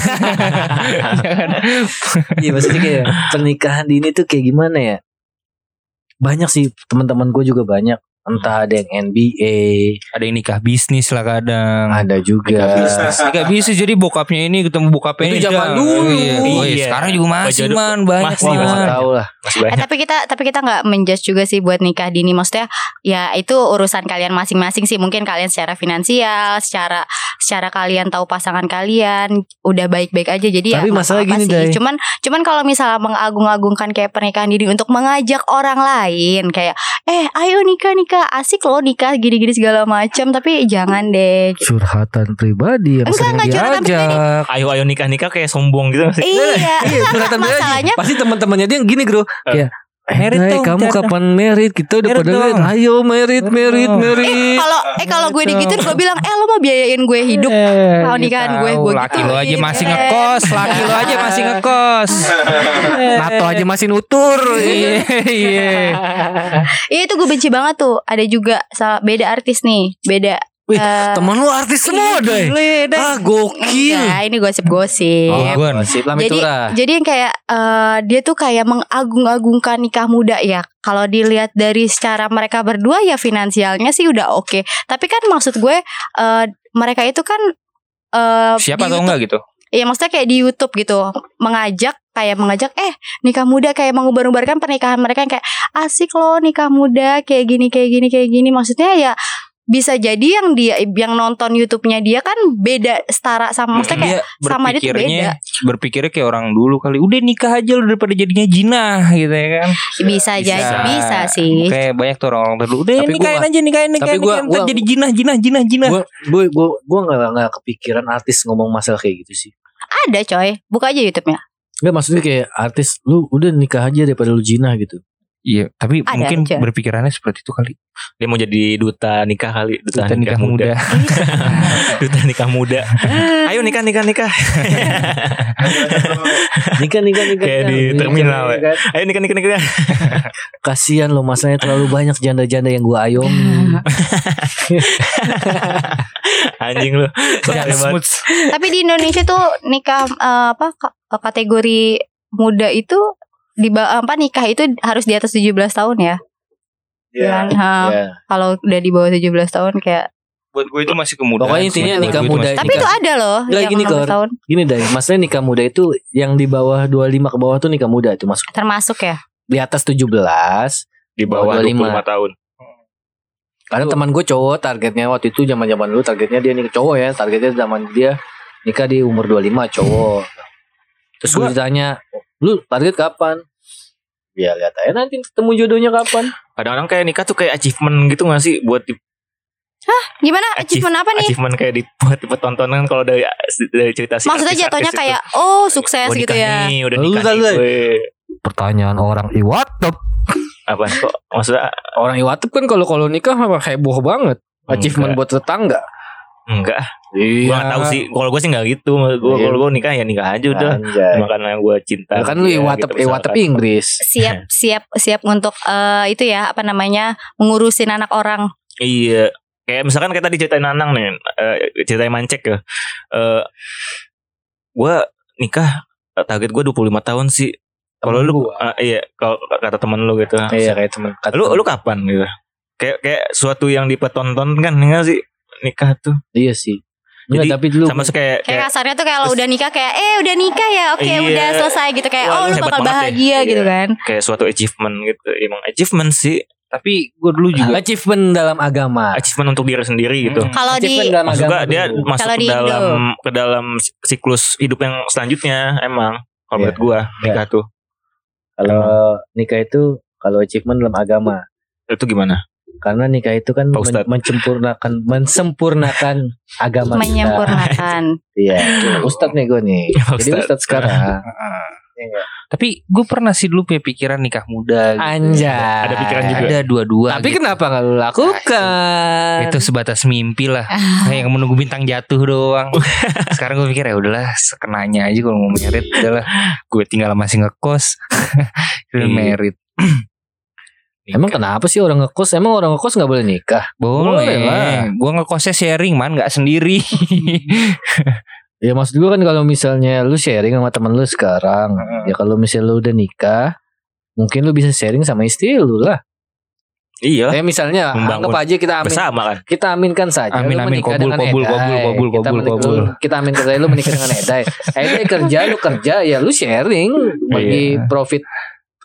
[SPEAKER 1] Jangan.
[SPEAKER 2] Iya maksudnya kayak pernikahan dini tuh kayak gimana ya? Banyak sih teman-teman gue juga banyak. Entah ada yang NBA,
[SPEAKER 1] Iya, Ada yang nikah bisnis lah kadang.
[SPEAKER 2] ada juga.
[SPEAKER 1] Gak bisa jadi bokapnya ini ketemu bokapnya
[SPEAKER 2] Itu
[SPEAKER 1] ini.
[SPEAKER 2] zaman
[SPEAKER 1] dah.
[SPEAKER 2] dulu.
[SPEAKER 1] Iya, oh iya,
[SPEAKER 5] Iya.
[SPEAKER 1] sekarang juga masih
[SPEAKER 5] Baju-
[SPEAKER 1] man banyak
[SPEAKER 5] masih,
[SPEAKER 2] Wah,
[SPEAKER 1] man.
[SPEAKER 5] masih.
[SPEAKER 2] nggak tahu lah.
[SPEAKER 5] Masih
[SPEAKER 4] Eh,
[SPEAKER 5] banyak.
[SPEAKER 4] tapi kita tapi kita nggak menjudge juga sih buat nikah dini maksudnya ya itu urusan kalian masing-masing sih mungkin kalian secara finansial secara secara kalian tahu pasangan kalian udah baik-baik aja jadi
[SPEAKER 2] Tapi
[SPEAKER 4] ya nggak
[SPEAKER 2] masalah gini,
[SPEAKER 4] apa-apa sih.
[SPEAKER 2] Day.
[SPEAKER 4] cuman cuman kalau misalnya mengagung-agungkan kayak pernikahan dini untuk mengajak orang lain kayak eh ayo nikah nikah asik loh nikah gini-gini segala macam tapi jangan deh
[SPEAKER 2] Curhatan pribadi yang
[SPEAKER 4] Enggak,
[SPEAKER 2] sering
[SPEAKER 4] enggak, curhatan pribadi.
[SPEAKER 2] diajak.
[SPEAKER 5] Ayo ayo nikah nikah kayak sombong gitu nggak sih.
[SPEAKER 4] iya
[SPEAKER 2] Iya, curhatan pribadi.
[SPEAKER 4] masalahnya
[SPEAKER 2] Pasti teman-temannya dia yang gini, Bro. Ya, Kayak
[SPEAKER 1] Merit
[SPEAKER 2] Nay,
[SPEAKER 1] dong,
[SPEAKER 2] kamu
[SPEAKER 1] Cat.
[SPEAKER 2] kapan merit? Kita udah
[SPEAKER 1] Merit
[SPEAKER 2] pada
[SPEAKER 1] dong.
[SPEAKER 2] merit. Ayo merit, merit,
[SPEAKER 1] dong.
[SPEAKER 4] Eh
[SPEAKER 2] merit.
[SPEAKER 4] kalau eh kalau gue digituin gue bilang eh lo mau biayain gue hidup.
[SPEAKER 2] Eh,
[SPEAKER 4] Mau nikahan gue
[SPEAKER 1] iya Tahu,
[SPEAKER 4] gue
[SPEAKER 1] laki
[SPEAKER 4] gituin.
[SPEAKER 1] lo aja masih
[SPEAKER 4] Eh.
[SPEAKER 1] ngekos, laki lo aja masih ngekos.
[SPEAKER 2] Nato aja masih nutur.
[SPEAKER 1] Iya, iya.
[SPEAKER 4] Iya itu gue benci banget tuh. Ada juga salah beda artis nih, beda.
[SPEAKER 2] Wih,
[SPEAKER 4] Eh,
[SPEAKER 2] Teman lu artis semua deh.
[SPEAKER 4] Gile, deh.
[SPEAKER 2] Ah, gokil.
[SPEAKER 4] Enggak, ini gosip-gosip.
[SPEAKER 1] Oh, gue
[SPEAKER 2] Sip, Lami
[SPEAKER 4] jadi
[SPEAKER 2] Tura.
[SPEAKER 4] jadi yang kayak eh, dia tuh kayak mengagung-agungkan nikah muda ya. Kalau dilihat dari secara mereka berdua ya finansialnya sih udah oke. Tapi kan maksud gue eh, mereka itu kan eh,
[SPEAKER 1] siapa
[SPEAKER 4] di
[SPEAKER 1] tau enggak gitu?
[SPEAKER 4] Iya maksudnya kayak di YouTube gitu mengajak kayak mengajak eh nikah muda kayak mengubar-ubarkan pernikahan mereka yang kayak asik loh nikah muda kayak gini kayak gini kayak gini maksudnya ya bisa jadi yang dia yang nonton YouTube-nya dia kan beda setara sama
[SPEAKER 1] Mungkin
[SPEAKER 4] maksudnya kayak
[SPEAKER 1] dia
[SPEAKER 4] sama dia tuh
[SPEAKER 1] berpikirnya berpikirnya kayak orang dulu kali. Udah nikah aja lu daripada jadinya jinah gitu ya kan.
[SPEAKER 4] bisa
[SPEAKER 5] Bisa.
[SPEAKER 4] jadi Ah, ya, bisa sih.
[SPEAKER 1] Kayak banyak tuh orang-orang dulu. Udah
[SPEAKER 2] Tapi
[SPEAKER 1] nikahin
[SPEAKER 2] gua-
[SPEAKER 1] aja nikahin nikahin.
[SPEAKER 2] gua-
[SPEAKER 1] nikahin, ntar
[SPEAKER 2] gua-
[SPEAKER 1] jadi jinah jinah jinah jinah.
[SPEAKER 2] Gue gue gue gue nggak nggak kepikiran artis ngomong masalah kayak gitu sih.
[SPEAKER 4] Ada coy, buka aja YouTube-nya.
[SPEAKER 2] Enggak maksudnya kayak artis lu udah nikah aja daripada lu jinah gitu.
[SPEAKER 1] Iya, tapi
[SPEAKER 4] Ada
[SPEAKER 1] mungkin
[SPEAKER 4] aja.
[SPEAKER 1] berpikirannya seperti itu kali.
[SPEAKER 5] Dia mau jadi duta nikah kali, duta,
[SPEAKER 1] Kita
[SPEAKER 5] nikah, Nah, muda. duta nikah muda. Ayo nikah nikah nikah.
[SPEAKER 2] Nikah nikah nikah.
[SPEAKER 5] Kayak
[SPEAKER 2] nikah.
[SPEAKER 5] di
[SPEAKER 2] Nikah,
[SPEAKER 5] terminal, ya.
[SPEAKER 2] nikah, nikah.
[SPEAKER 5] Ayo nikah nikah nikah.
[SPEAKER 2] Kasihan lo masanya terlalu banyak janda-janda yang gue ayomi.
[SPEAKER 5] Anjing lu. Sorry banget.
[SPEAKER 4] Tapi di Indonesia tuh nikah eh, apa ka- kategori muda itu di ba- apa nikah itu harus di atas 17 tahun ya.
[SPEAKER 5] Iya.
[SPEAKER 4] Kan? Ha.
[SPEAKER 2] Ya.
[SPEAKER 4] kalau udah di bawah 17 tahun kayak
[SPEAKER 1] Buat gue itu masih kemudahan.
[SPEAKER 2] Pokoknya intinya
[SPEAKER 1] Buat gue
[SPEAKER 2] nikah
[SPEAKER 1] itu
[SPEAKER 2] muda.
[SPEAKER 5] Eh,
[SPEAKER 1] masih-
[SPEAKER 4] tapi itu ada loh
[SPEAKER 2] Nggak,
[SPEAKER 4] yang
[SPEAKER 2] gini,
[SPEAKER 4] 16
[SPEAKER 2] Kor.
[SPEAKER 4] tahun
[SPEAKER 2] Gini deh, maksudnya nikah muda itu yang di bawah 25 ke bawah tuh nikah muda itu masuk.
[SPEAKER 4] termasuk ya
[SPEAKER 2] Di atas 17.
[SPEAKER 5] Di bawah
[SPEAKER 2] 25.
[SPEAKER 5] 25 tahun.
[SPEAKER 2] Karena teman gue cowok targetnya waktu itu zaman-zaman dulu targetnya dia nih cowok ya, targetnya zaman dia nikah di umur 25 cowok. Terus gue
[SPEAKER 1] Gua-
[SPEAKER 2] ditanya, "Lu target kapan?" Ya lihat aja nanti ketemu jodohnya kapan.
[SPEAKER 5] Kadang-kadang kayak nikah tuh kayak achievement gitu gak sih buat di-
[SPEAKER 4] gimana
[SPEAKER 5] Achieve-
[SPEAKER 4] achievement apa nih
[SPEAKER 5] achievement kayak dibuat buat tontonan kalau dari dari cerita si
[SPEAKER 4] maksudnya
[SPEAKER 5] artis-artis
[SPEAKER 4] jatuhnya
[SPEAKER 5] itu.
[SPEAKER 4] kayak oh sukses
[SPEAKER 5] Oh, nikah
[SPEAKER 4] gitu ya
[SPEAKER 5] nih, udah
[SPEAKER 2] Lu
[SPEAKER 5] nikah
[SPEAKER 2] kan,
[SPEAKER 5] nih
[SPEAKER 2] Lay.
[SPEAKER 5] gue.
[SPEAKER 2] Pertanyaan orang iwatep.
[SPEAKER 5] Apa kok maksudnya
[SPEAKER 2] Orang iwatep kan kalau kalau nikah heboh banget. Achievement buat tetangga.
[SPEAKER 5] enggak
[SPEAKER 2] Iya.
[SPEAKER 5] Gue gak tau sih Kalau gue sih gak gitu Menurut gue
[SPEAKER 2] Iya.
[SPEAKER 5] Kalau gue nikah ya nikah aja udah
[SPEAKER 2] Anjay.
[SPEAKER 5] Makan yang gue cinta
[SPEAKER 2] kan lu
[SPEAKER 5] Iya,
[SPEAKER 2] iwatep
[SPEAKER 5] gitu,
[SPEAKER 2] iwatep
[SPEAKER 5] misalkan.
[SPEAKER 2] Inggris.
[SPEAKER 4] siap siap siap untuk eh, itu ya apa namanya mengurusin anak orang
[SPEAKER 5] Iya Kayak misalkan kita diceritain Anang nih eh, Ceritain Mancek ya Eh Gue nikah eh, Target gue 25 tahun sih Kalau
[SPEAKER 2] Temen
[SPEAKER 5] lu
[SPEAKER 2] gua.
[SPEAKER 5] eh, Iya Kalau kata temen lu gitu
[SPEAKER 2] Iya kayak temen. kata
[SPEAKER 5] Lu
[SPEAKER 2] temen.
[SPEAKER 5] lu kapan gitu Kayak kayak suatu yang dipertontonkan kan Enggak sih Nikah tuh
[SPEAKER 2] iya sih. Enggak,
[SPEAKER 5] Jadi,
[SPEAKER 2] tapi lu
[SPEAKER 5] Sama kayak
[SPEAKER 4] kayak
[SPEAKER 5] Kayak
[SPEAKER 4] kasarnya tuh kayak lo
[SPEAKER 5] terus-
[SPEAKER 4] udah nikah kayak eh udah nikah ya oke
[SPEAKER 5] Iya.
[SPEAKER 4] udah selesai gitu kayak
[SPEAKER 5] Wah,
[SPEAKER 4] oh
[SPEAKER 5] lu
[SPEAKER 4] lu
[SPEAKER 5] hebat
[SPEAKER 4] bakal
[SPEAKER 5] banget deh.
[SPEAKER 4] bahagia
[SPEAKER 5] Iya.
[SPEAKER 4] gitu kan
[SPEAKER 5] kayak suatu achievement gitu Emang achievement sih
[SPEAKER 1] Tapi gue dulu juga
[SPEAKER 2] achievement dalam agama.
[SPEAKER 5] Achievement untuk diri sendiri gitu
[SPEAKER 1] Mm.
[SPEAKER 4] kalau
[SPEAKER 2] Achievement
[SPEAKER 4] di
[SPEAKER 2] dalam
[SPEAKER 5] Maksud gua
[SPEAKER 2] Hmm. agama
[SPEAKER 5] dia
[SPEAKER 2] dulu.
[SPEAKER 5] masuk
[SPEAKER 4] Kalau
[SPEAKER 5] ke
[SPEAKER 4] di Indo.
[SPEAKER 5] dalam ke dalam siklus hidup yang selanjutnya emang kalau
[SPEAKER 2] Iya.
[SPEAKER 5] menurut gua nikah tuh
[SPEAKER 2] kalau nikah itu kalau achievement dalam agama.
[SPEAKER 5] itu gimana?
[SPEAKER 2] Karena nikah itu kan
[SPEAKER 5] Pak
[SPEAKER 2] men-
[SPEAKER 5] Ustadz.
[SPEAKER 2] mencempurnakan mensempurnakan agama kita.
[SPEAKER 4] menyempurnakan
[SPEAKER 2] Iya. Ustadz nih gue nih.
[SPEAKER 5] Pak
[SPEAKER 2] Jadi
[SPEAKER 5] Ustadz.
[SPEAKER 2] Ustadz sekarang. Iya nggak?
[SPEAKER 1] Tapi gue pernah sih dulu punya pikiran nikah muda gitu.
[SPEAKER 2] Anjay.
[SPEAKER 5] Ada pikiran juga.
[SPEAKER 1] Ada dua-dua
[SPEAKER 2] Tapi
[SPEAKER 1] gitu.
[SPEAKER 2] kenapa nggak lu lakukan?
[SPEAKER 1] Itu sebatas mimpi lah Nah, Yang menunggu bintang jatuh doang Sekarang gue pikir ya udahlah Sekenanya aja kalau mau merit Udahlah Gue tinggal masih ngekos Udah
[SPEAKER 5] Iya.
[SPEAKER 1] merit
[SPEAKER 2] Emang kenapa sih orang ngekos? Emang orang ngekos nggak boleh nikah? Boleh
[SPEAKER 1] Boleh
[SPEAKER 2] lah.
[SPEAKER 1] Gue ngekosnya sharing man Gak sendiri
[SPEAKER 2] Ya maksud gue kan kalau misalnya lu sharing sama temen lu sekarang,
[SPEAKER 1] Heeh.
[SPEAKER 2] ya kalau misalnya lu udah nikah, mungkin lu bisa sharing sama istri lu lah.
[SPEAKER 5] Iya
[SPEAKER 2] Ya misalnya
[SPEAKER 5] Membangun.
[SPEAKER 2] anggap aja kita amin,
[SPEAKER 5] bersama kan.
[SPEAKER 2] kita aminkan saja.
[SPEAKER 1] Amin,
[SPEAKER 2] lu
[SPEAKER 1] amin.
[SPEAKER 2] menikah
[SPEAKER 1] Kobul,
[SPEAKER 2] dengan
[SPEAKER 1] kobul,
[SPEAKER 2] Edai.
[SPEAKER 1] kobul, kobul,
[SPEAKER 2] kita
[SPEAKER 1] kobul,
[SPEAKER 2] menikah-
[SPEAKER 1] kobul.
[SPEAKER 2] lu- Kita aminkan saja lu menikah dengan Edai. Edai kerja, lu kerja, ya lu sharing bagi
[SPEAKER 1] Iya.
[SPEAKER 2] profit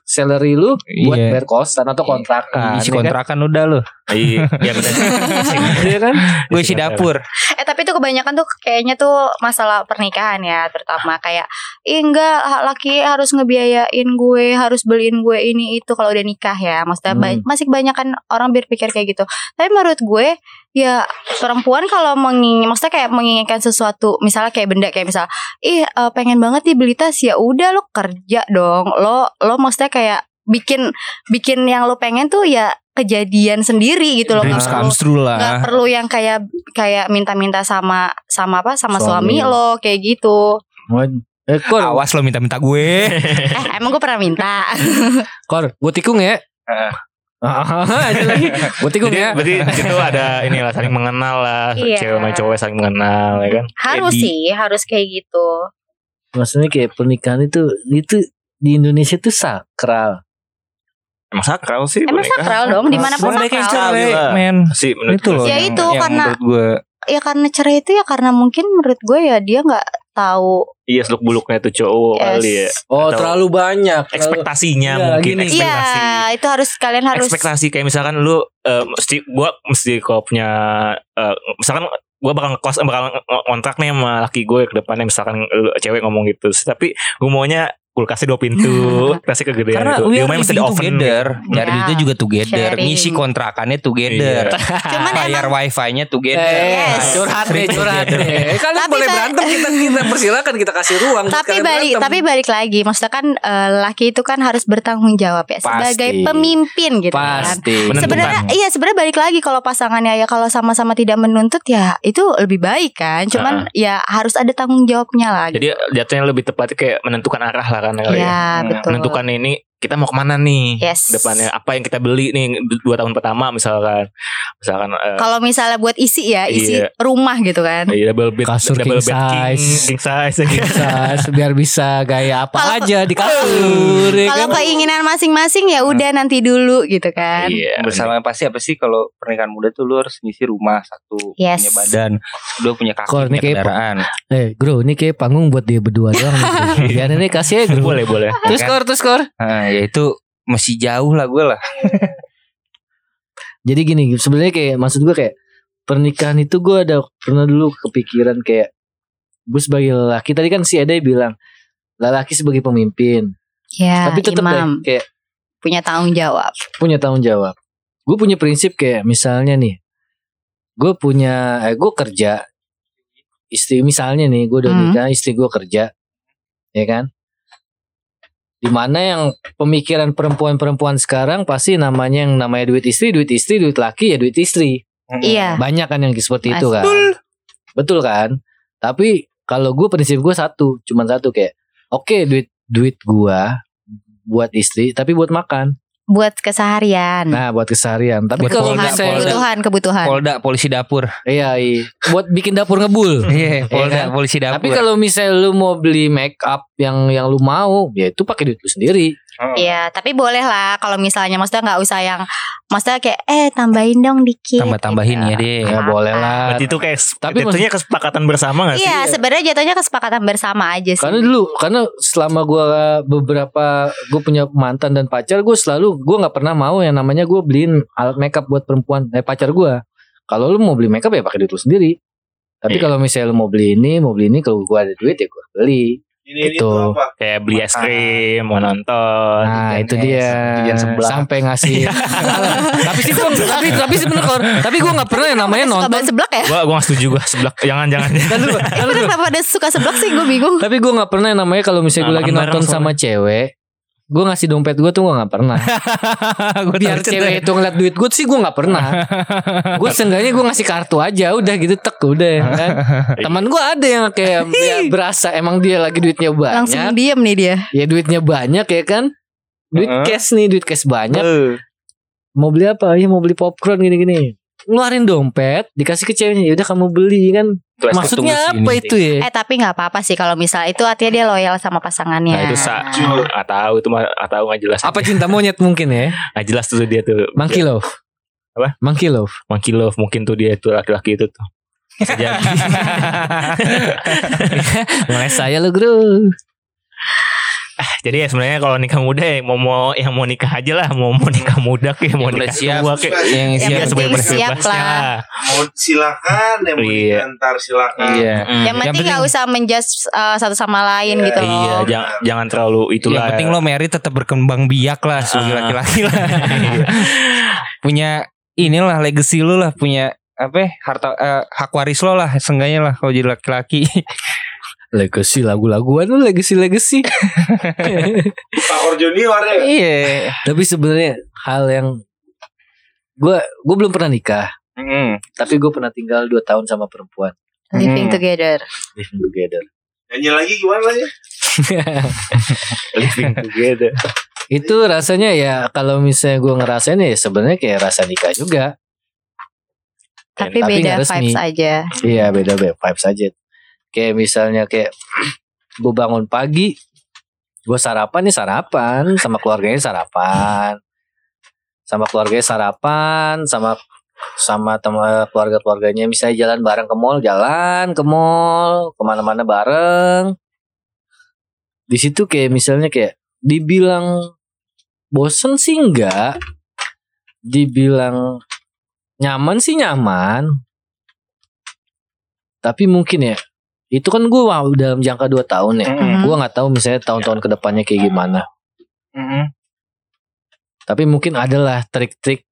[SPEAKER 2] salary lu buat
[SPEAKER 1] Iya. Ah,
[SPEAKER 2] bayar kosan atau kontrakan.
[SPEAKER 1] Isi
[SPEAKER 2] ya kan?
[SPEAKER 1] kontrakan udah lo
[SPEAKER 5] Iya, iya benar.
[SPEAKER 2] Iya kan?
[SPEAKER 1] Gue isi dapur
[SPEAKER 4] Eh tapi itu kebanyakan tuh kayaknya tuh masalah pernikahan ya terutama kayak Ih enggak ha- laki harus ngebiayain gue harus beliin gue ini itu kalau udah nikah ya maksudnya ba-
[SPEAKER 2] Hmm.
[SPEAKER 4] masih kebanyakan orang berpikir kayak gitu tapi menurut gue ya perempuan kalau menging maksudnya kayak menginginkan sesuatu misalnya kayak benda kayak misal ih eh, pengen banget nih beli tas ya udah lo kerja dong lo lo maksudnya kayak bikin bikin yang lo pengen tuh ya kejadian sendiri gitu loh
[SPEAKER 1] Dreams
[SPEAKER 4] nggak perlu
[SPEAKER 1] comes true
[SPEAKER 4] nggak
[SPEAKER 1] lah
[SPEAKER 4] perlu yang kayak kayak minta-minta sama sama apa sama
[SPEAKER 2] Suami.
[SPEAKER 4] suami, lo kayak gitu
[SPEAKER 2] Wan- Eh kor,
[SPEAKER 1] Awas lo minta-minta gue
[SPEAKER 4] eh emang gue pernah minta
[SPEAKER 2] kor, gue tikung ya.
[SPEAKER 1] Heeh.
[SPEAKER 2] Ah, aja lagi. Gue tikung
[SPEAKER 5] Jadi
[SPEAKER 2] ya.
[SPEAKER 5] berarti itu ada inilah saling mengenal lah
[SPEAKER 4] Iya.
[SPEAKER 5] cewek sama cowok saling mengenal ya kan.
[SPEAKER 4] harus
[SPEAKER 5] Jadi-
[SPEAKER 4] sih harus kayak gitu
[SPEAKER 2] Maksudnya kayak pernikahan itu itu di Indonesia tuh sakral.
[SPEAKER 5] Emang sakral sih.
[SPEAKER 4] emang
[SPEAKER 5] pernikahan.
[SPEAKER 4] sakral dong dimanapun
[SPEAKER 1] Sebenarnya kayak
[SPEAKER 4] sakral
[SPEAKER 1] cerai,
[SPEAKER 5] Gila.
[SPEAKER 1] men
[SPEAKER 5] sih menurut
[SPEAKER 1] Itu loh
[SPEAKER 4] Ya
[SPEAKER 1] yang-
[SPEAKER 4] itu,
[SPEAKER 1] yang
[SPEAKER 4] karena-
[SPEAKER 1] menurut gue
[SPEAKER 4] ya karena cerai itu ya karena mungkin menurut gue ya dia nggak tahu
[SPEAKER 5] Iya seluk buluknya tuh cowok kali ya.
[SPEAKER 4] yes.
[SPEAKER 2] Oh,
[SPEAKER 5] Atau-
[SPEAKER 2] terlalu banyak. terlalu-
[SPEAKER 5] Ekspektasinya
[SPEAKER 2] Iya,
[SPEAKER 5] mungkin
[SPEAKER 2] gini.
[SPEAKER 4] Iya,
[SPEAKER 5] ekspektasi.
[SPEAKER 4] itu harus kalian harus
[SPEAKER 5] ekspektasi kayak misalkan lu eh, mesti gua mesti kalau punya eh, misalkan gua bakal ngekos eh, bakal nge- kontrak nih sama laki gue ke depannya misalkan lu- cewek ngomong gitu tapi gue maunya kulkasnya dua pintu kasih kegedean
[SPEAKER 1] Karena
[SPEAKER 5] itu
[SPEAKER 1] we
[SPEAKER 5] di
[SPEAKER 1] are
[SPEAKER 5] rumahnya mesti
[SPEAKER 1] living
[SPEAKER 5] ada oven gitu.
[SPEAKER 1] together
[SPEAKER 4] Iya.
[SPEAKER 1] Nyari duitnya juga together
[SPEAKER 4] Sharing.
[SPEAKER 1] Ngisi kontrakannya
[SPEAKER 5] Iya.
[SPEAKER 1] together
[SPEAKER 4] Cuman
[SPEAKER 1] Bayar
[SPEAKER 4] emang-
[SPEAKER 1] wifi-nya together
[SPEAKER 2] Eh,
[SPEAKER 4] Yes. gitu.
[SPEAKER 2] curhat deh,
[SPEAKER 1] Sering
[SPEAKER 2] curhat deh. Eh, Kalian
[SPEAKER 4] Tapi
[SPEAKER 2] boleh
[SPEAKER 4] saya-
[SPEAKER 2] berantem kita kita persilakan kita kasih ruang. buat
[SPEAKER 4] tapi
[SPEAKER 2] kalian
[SPEAKER 4] balik
[SPEAKER 2] berantem.
[SPEAKER 4] tapi balik lagi maksudnya kan eh, laki itu kan harus bertanggung jawab ya sebagai
[SPEAKER 2] Pasti.
[SPEAKER 4] pemimpin gitu kan
[SPEAKER 2] pasti.
[SPEAKER 5] Menentukan.
[SPEAKER 4] sebenarnya iya sebenarnya balik lagi kalau pasangannya ya kalau sama-sama tidak menuntut ya itu lebih baik kan cuman ya harus ada tanggung jawabnya lah gitu.
[SPEAKER 5] jadi jatuhnya lebih tepat kayak menentukan arah lah kan kali ya.
[SPEAKER 4] ya,
[SPEAKER 1] Hmm,
[SPEAKER 4] betul
[SPEAKER 5] menentukan ini kita mau kemana nih
[SPEAKER 4] yes
[SPEAKER 5] depannya apa yang kita beli nih dua tahun pertama misalkan misalkan eh,
[SPEAKER 4] kalau misalnya buat isi ya isi
[SPEAKER 5] Iya.
[SPEAKER 4] rumah gitu kan
[SPEAKER 5] Iya, double bed,
[SPEAKER 2] Kasur
[SPEAKER 5] double
[SPEAKER 2] king
[SPEAKER 5] bed king,
[SPEAKER 2] size.
[SPEAKER 5] king size, gitu.
[SPEAKER 2] bisa biar bisa gaya apa
[SPEAKER 4] Kalau-
[SPEAKER 2] aja di kasur ya
[SPEAKER 4] kalau
[SPEAKER 2] kan?
[SPEAKER 4] keinginan masing-masing ya udah nanti dulu gitu kan
[SPEAKER 5] Iya,
[SPEAKER 1] Bersama pasti apa sih kalau pernikahan muda tuh lu harus ngisi rumah satu
[SPEAKER 4] Yes.
[SPEAKER 1] punya badan, dua punya kaki,
[SPEAKER 2] Kalau
[SPEAKER 1] punya
[SPEAKER 2] ini kayak-
[SPEAKER 1] kendaraan.
[SPEAKER 2] eh bro ini kayak panggung buat dia berdua doang nih, Bro.
[SPEAKER 4] Iya.
[SPEAKER 2] biar ini kasih ya Gro.
[SPEAKER 5] boleh boleh.
[SPEAKER 2] terus
[SPEAKER 1] kan?
[SPEAKER 2] skor terus skor
[SPEAKER 1] Nah, ya itu masih jauh lah gue lah.
[SPEAKER 2] jadi gini sebenarnya kayak maksud gue kayak pernikahan itu gue ada pernah dulu kepikiran kayak gue sebagai lelaki tadi kan si Ade bilang lelaki sebagai pemimpin
[SPEAKER 4] ya
[SPEAKER 2] tapi tetap deh
[SPEAKER 4] imam
[SPEAKER 2] kayak
[SPEAKER 4] punya tanggung jawab
[SPEAKER 2] punya tanggung jawab gue punya prinsip kayak misalnya nih gue punya eh, gue kerja istri misalnya nih gue udah
[SPEAKER 4] Hmm.
[SPEAKER 2] nikah istri gue kerja ya kan dimana yang pemikiran perempuan-perempuan sekarang pasti namanya yang namanya duit istri duit istri duit laki ya duit istri
[SPEAKER 1] Ah.
[SPEAKER 4] iya
[SPEAKER 2] banyak kan yang seperti itu
[SPEAKER 4] Pasti.
[SPEAKER 2] kan betul kan tapi kalau gue prinsip gue satu cuman satu kayak oke duit duit gue buat istri tapi buat makan
[SPEAKER 4] buat
[SPEAKER 5] Hmm.
[SPEAKER 4] keseharian
[SPEAKER 2] nah buat keseharian
[SPEAKER 1] Buat
[SPEAKER 2] tapi
[SPEAKER 1] polda,
[SPEAKER 2] kalau
[SPEAKER 4] kebutuhan,
[SPEAKER 1] polda.
[SPEAKER 2] misalnya
[SPEAKER 4] kebutuhan, kebutuhan.
[SPEAKER 1] Polda polisi dapur.
[SPEAKER 2] iya iya. buat bikin dapur ngebul
[SPEAKER 1] Iya,
[SPEAKER 2] Iya
[SPEAKER 1] Polda polisi dapur.
[SPEAKER 2] tapi kalau misalnya lu mau beli make up yang yang lu mau ya itu pakai duit lu sendiri
[SPEAKER 4] Iya, tapi boleh lah kalau misalnya maksudnya nggak usah yang maksudnya kayak eh tambahin dong dikit. gitu.
[SPEAKER 1] tambah-tambahin
[SPEAKER 4] Iya.
[SPEAKER 1] ya deh.
[SPEAKER 2] ya boleh lah
[SPEAKER 5] Berarti itu kayak
[SPEAKER 2] Tapi
[SPEAKER 5] tapi jatuhnya kesepakatan bersama gak sih?
[SPEAKER 4] Iya, sebenarnya jatuhnya kesepakatan bersama aja sih.
[SPEAKER 2] Karena dulu, karena selama gua beberapa gue punya mantan dan pacar, gue selalu gua nggak pernah mau yang namanya gue beliin alat makeup buat perempuan eh pacar gua. Kalau lu mau beli makeup ya pakai duit lu sendiri. Tapi
[SPEAKER 5] Iya.
[SPEAKER 2] kalau misalnya lu mau beli ini, mau beli ini, kalau gua ada duit ya gua beli.
[SPEAKER 3] Ini
[SPEAKER 2] Gitu.
[SPEAKER 3] ini tuh apa?
[SPEAKER 5] Kayak beli es krim, mau nonton.
[SPEAKER 1] jajan
[SPEAKER 2] Nah itu
[SPEAKER 1] es,
[SPEAKER 2] dia.
[SPEAKER 1] jajan sebelah.
[SPEAKER 2] Sampai ngasih. tapi sih gua, tapi tapi sebenarnya kalau- tapi gue nggak pernah yang namanya
[SPEAKER 4] suka
[SPEAKER 2] nonton.
[SPEAKER 4] banget seblak ya?
[SPEAKER 5] Gua gua gak setuju gua sebelah. Jangan jangan.
[SPEAKER 2] Lalu, lalu,
[SPEAKER 4] Kenapa pada suka seblak sih? Gue bingung.
[SPEAKER 2] tapi gue nggak pernah yang namanya kalau misalnya gue
[SPEAKER 5] Nah,
[SPEAKER 2] lagi
[SPEAKER 5] makan bareng
[SPEAKER 2] nonton sama cewek, gue ngasih dompet gue tuh gue nggak pernah.
[SPEAKER 1] Gua
[SPEAKER 2] biar
[SPEAKER 1] tahu
[SPEAKER 2] cewek itu ngeliat duit gue sih gue nggak pernah gue seenggaknya gue ngasih kartu aja udah gitu tek udah ya kan teman gue ada yang kayak ya, berasa emang dia lagi duitnya
[SPEAKER 4] Langsung
[SPEAKER 2] banyak
[SPEAKER 4] diem nih dia.
[SPEAKER 2] ya duitnya banyak ya kan duit
[SPEAKER 1] Heeh.
[SPEAKER 2] cash nih duit cash banyak
[SPEAKER 1] Eh,
[SPEAKER 2] mau beli apa ya mau beli popcorn gini gini ngeluarin dompet dikasih ke ceweknya Ya udah kamu beli kan
[SPEAKER 1] Tuh, es krim
[SPEAKER 2] maksudnya
[SPEAKER 1] tunggu sini.
[SPEAKER 2] apa itu ya
[SPEAKER 4] Eh tapi nggak apa-apa sih kalau misalnya itu artinya dia loyal sama pasangannya.
[SPEAKER 5] Nah, itu sa Gak tahu itu mah gak tahu gak jelas.
[SPEAKER 2] apa cinta monyet mungkin ya
[SPEAKER 5] Gak jelas tuh dia tuh.
[SPEAKER 2] monkey love
[SPEAKER 5] Apa?
[SPEAKER 2] monkey love
[SPEAKER 5] Monkey love mungkin tuh dia tuh laki-laki itu tuh. Bisa jadi.
[SPEAKER 2] mulai saya lo bro
[SPEAKER 5] Jadi ya sebenarnya kalau nikah muda ya mau mau yang mau nikah aja lah, mau mau nikah muda kayak mau
[SPEAKER 1] Udah
[SPEAKER 5] nikah
[SPEAKER 1] siap.
[SPEAKER 5] tua kayak.
[SPEAKER 1] yang siap.
[SPEAKER 4] Yang
[SPEAKER 5] Iya,
[SPEAKER 4] penting
[SPEAKER 5] sebebas-
[SPEAKER 4] siap
[SPEAKER 5] bebasnya
[SPEAKER 4] lah.
[SPEAKER 3] Mau silakan yang mau
[SPEAKER 5] Iya.
[SPEAKER 3] diantar silakan.
[SPEAKER 1] Iya.
[SPEAKER 4] Yang penting nggak usah menjudge uh, satu sama lain gitu loh.
[SPEAKER 5] Hmm. Iya, jangan jangan terlalu itulah.
[SPEAKER 1] Yang penting lo Mary tetap berkembang biak lah sebagai
[SPEAKER 5] Ah.
[SPEAKER 1] laki-laki lah. Iya. punya inilah legacy lo lah, punya apa ya, harta eh, hak waris lo lah seenggaknya lah kalau jadi laki-laki
[SPEAKER 2] legacy lagu-laguan lu legacy legacy.
[SPEAKER 3] Pak Orjonior ya
[SPEAKER 1] Iya.
[SPEAKER 2] Tapi sebenarnya hal yang gua gua belum pernah nikah,
[SPEAKER 1] Mm.
[SPEAKER 2] tapi gua pernah tinggal 2 tahun sama perempuan
[SPEAKER 4] Living
[SPEAKER 1] Hmm.
[SPEAKER 4] together.
[SPEAKER 2] living together.
[SPEAKER 3] Nyanyi lagi gimana lagi
[SPEAKER 5] Living together.
[SPEAKER 2] Itu rasanya ya kalau misalnya gua ngerasain ya sebenarnya kayak rasa nikah juga. tapi
[SPEAKER 4] Tapi, beda
[SPEAKER 2] nggak resmi.
[SPEAKER 4] vibes aja.
[SPEAKER 2] Iya beda beda vibes aja. Kayak misalnya kayak gue bangun pagi, gue sarapan nih sarapan sama keluarganya sarapan, sama keluarganya sarapan, sama sama teman keluarga keluarganya misalnya jalan bareng ke mall jalan ke mall kemana-mana bareng di situ kayak misalnya kayak dibilang bosen sih enggak dibilang nyaman sih nyaman tapi mungkin ya itu kan gue dalam jangka 2 tahun ya
[SPEAKER 4] Mhm, Hmm?
[SPEAKER 1] Mm-mm.
[SPEAKER 2] gue nggak tahu misalnya tahun-tahun kedepannya kayak gimana
[SPEAKER 1] Mm-mm.
[SPEAKER 2] tapi mungkin adalah trik-trik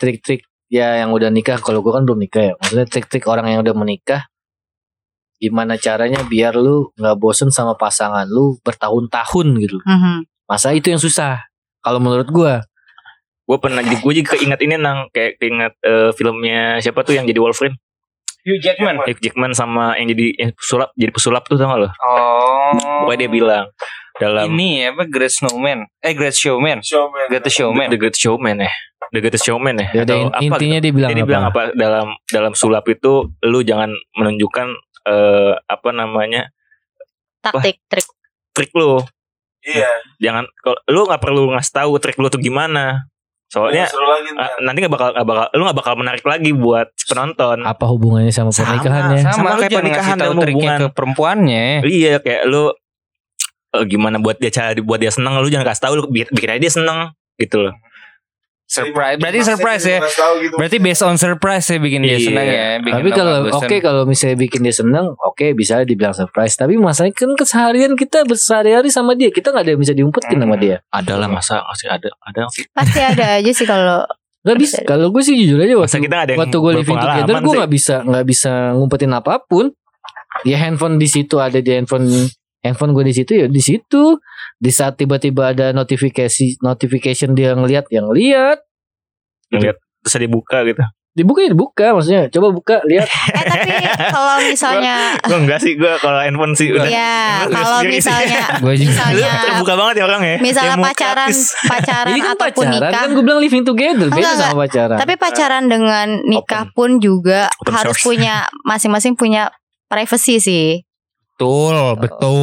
[SPEAKER 2] trik-trik ya yang udah nikah kalau gue kan belum nikah ya maksudnya trik-trik orang yang udah menikah gimana caranya biar lu nggak bosen sama pasangan lu bertahun-tahun gitu
[SPEAKER 4] Mhm.
[SPEAKER 2] masa itu yang susah kalau menurut gue
[SPEAKER 5] Gue pernah jadi gue juga keinget ini nang kayak keinget eh, filmnya siapa tuh yang jadi Wolverine?
[SPEAKER 1] Hugh Jackman.
[SPEAKER 5] Hugh Jackman sama yang jadi yang pesulap jadi pesulap tuh sama
[SPEAKER 1] Oh.
[SPEAKER 5] lo. Pokoknya dia bilang dalam
[SPEAKER 1] Ini apa Great Snowman? Eh Great Showman.
[SPEAKER 3] Showman
[SPEAKER 1] Great Showman.
[SPEAKER 5] The Great Showman ya. The Great Showman ya.
[SPEAKER 2] ya
[SPEAKER 5] Atau apa
[SPEAKER 2] intinya dia bilang
[SPEAKER 5] Jadi dia bilang
[SPEAKER 2] apa
[SPEAKER 5] apa dalam dalam sulap itu lu jangan menunjukkan eh, apa namanya
[SPEAKER 4] Taktik, trik.
[SPEAKER 5] trik lu.
[SPEAKER 3] Iya
[SPEAKER 5] Jangan kalau lu nggak perlu ngasih tahu trik lu tuh gimana. Soalnya
[SPEAKER 4] Iya,
[SPEAKER 3] Seru lagi
[SPEAKER 5] eh,
[SPEAKER 3] ntar.
[SPEAKER 5] nanti nggak bakal nggak bakal lu nggak bakal menarik lagi buat penonton.
[SPEAKER 2] apa hubungannya sama
[SPEAKER 5] Sama,
[SPEAKER 2] pernikahannya
[SPEAKER 1] Sama,
[SPEAKER 5] sama kayak
[SPEAKER 1] kayak
[SPEAKER 5] pernikahan
[SPEAKER 1] pernikahan tahu
[SPEAKER 5] dalam
[SPEAKER 1] triknya
[SPEAKER 5] hubungan.
[SPEAKER 1] ke perempuannya.
[SPEAKER 5] Iya kayak lu eh, gimana buat dia cara buat dia seneng lu jangan kasih tahu lu bi- bikin aja dia seneng gitu loh.
[SPEAKER 1] Surprise. Berarti
[SPEAKER 3] Maksudnya
[SPEAKER 1] surprise ya.
[SPEAKER 3] ngasih tahu gitu.
[SPEAKER 1] Berarti based on surprise ya bikin dia
[SPEAKER 5] Iya.
[SPEAKER 1] senang ya. bikin
[SPEAKER 2] tapi
[SPEAKER 1] tambah
[SPEAKER 2] kalau oke
[SPEAKER 1] bosen.
[SPEAKER 2] kalau misalnya bikin dia seneng oke bisa dibilang surprise tapi masalahnya kan keseharian kita bersehari-hari sama dia kita nggak ada yang bisa diumpetin sama
[SPEAKER 5] Hmm,
[SPEAKER 2] dia
[SPEAKER 5] Ada lah masa masih ada ada
[SPEAKER 4] Pasti ada aja sih kalau
[SPEAKER 2] Gak bisa. Kalau gue sih jujur aja
[SPEAKER 5] Masa
[SPEAKER 2] waktu
[SPEAKER 5] kita nggak ada yang
[SPEAKER 2] waktu gue living
[SPEAKER 5] berpengalaman
[SPEAKER 2] together gue
[SPEAKER 5] sih.
[SPEAKER 2] nggak bisa nggak bisa ngumpetin apapun. Ya handphone di situ ada di handphone handphone gue di situ ya di situ. Di saat tiba-tiba ada notifikasi notification dia ya ngelihat yang lihat
[SPEAKER 5] terus dia buka gitu.
[SPEAKER 2] dibuka ya dibuka maksudnya coba buka lihat
[SPEAKER 4] eh tapi kalau misalnya
[SPEAKER 5] Gue enggak sih gue kalau handphone sih udah.
[SPEAKER 4] ya
[SPEAKER 5] Lu
[SPEAKER 4] kalau
[SPEAKER 5] sendiri sih.
[SPEAKER 4] misalnya
[SPEAKER 1] Gue juga.
[SPEAKER 5] Lu
[SPEAKER 4] misalnya
[SPEAKER 5] terbuka banget ya orang ya.
[SPEAKER 4] misalnya pacaran
[SPEAKER 5] Demokratis.
[SPEAKER 4] pacaran
[SPEAKER 2] ini kan
[SPEAKER 4] ataupun
[SPEAKER 2] pacaran
[SPEAKER 4] nikah
[SPEAKER 2] kan gue bilang living together
[SPEAKER 4] Enggak,
[SPEAKER 2] beda sama pacaran
[SPEAKER 4] tapi pacaran dengan nikah pun juga
[SPEAKER 5] Open
[SPEAKER 4] harus
[SPEAKER 5] source.
[SPEAKER 4] punya masing-masing punya privacy sih
[SPEAKER 1] Betul, betul.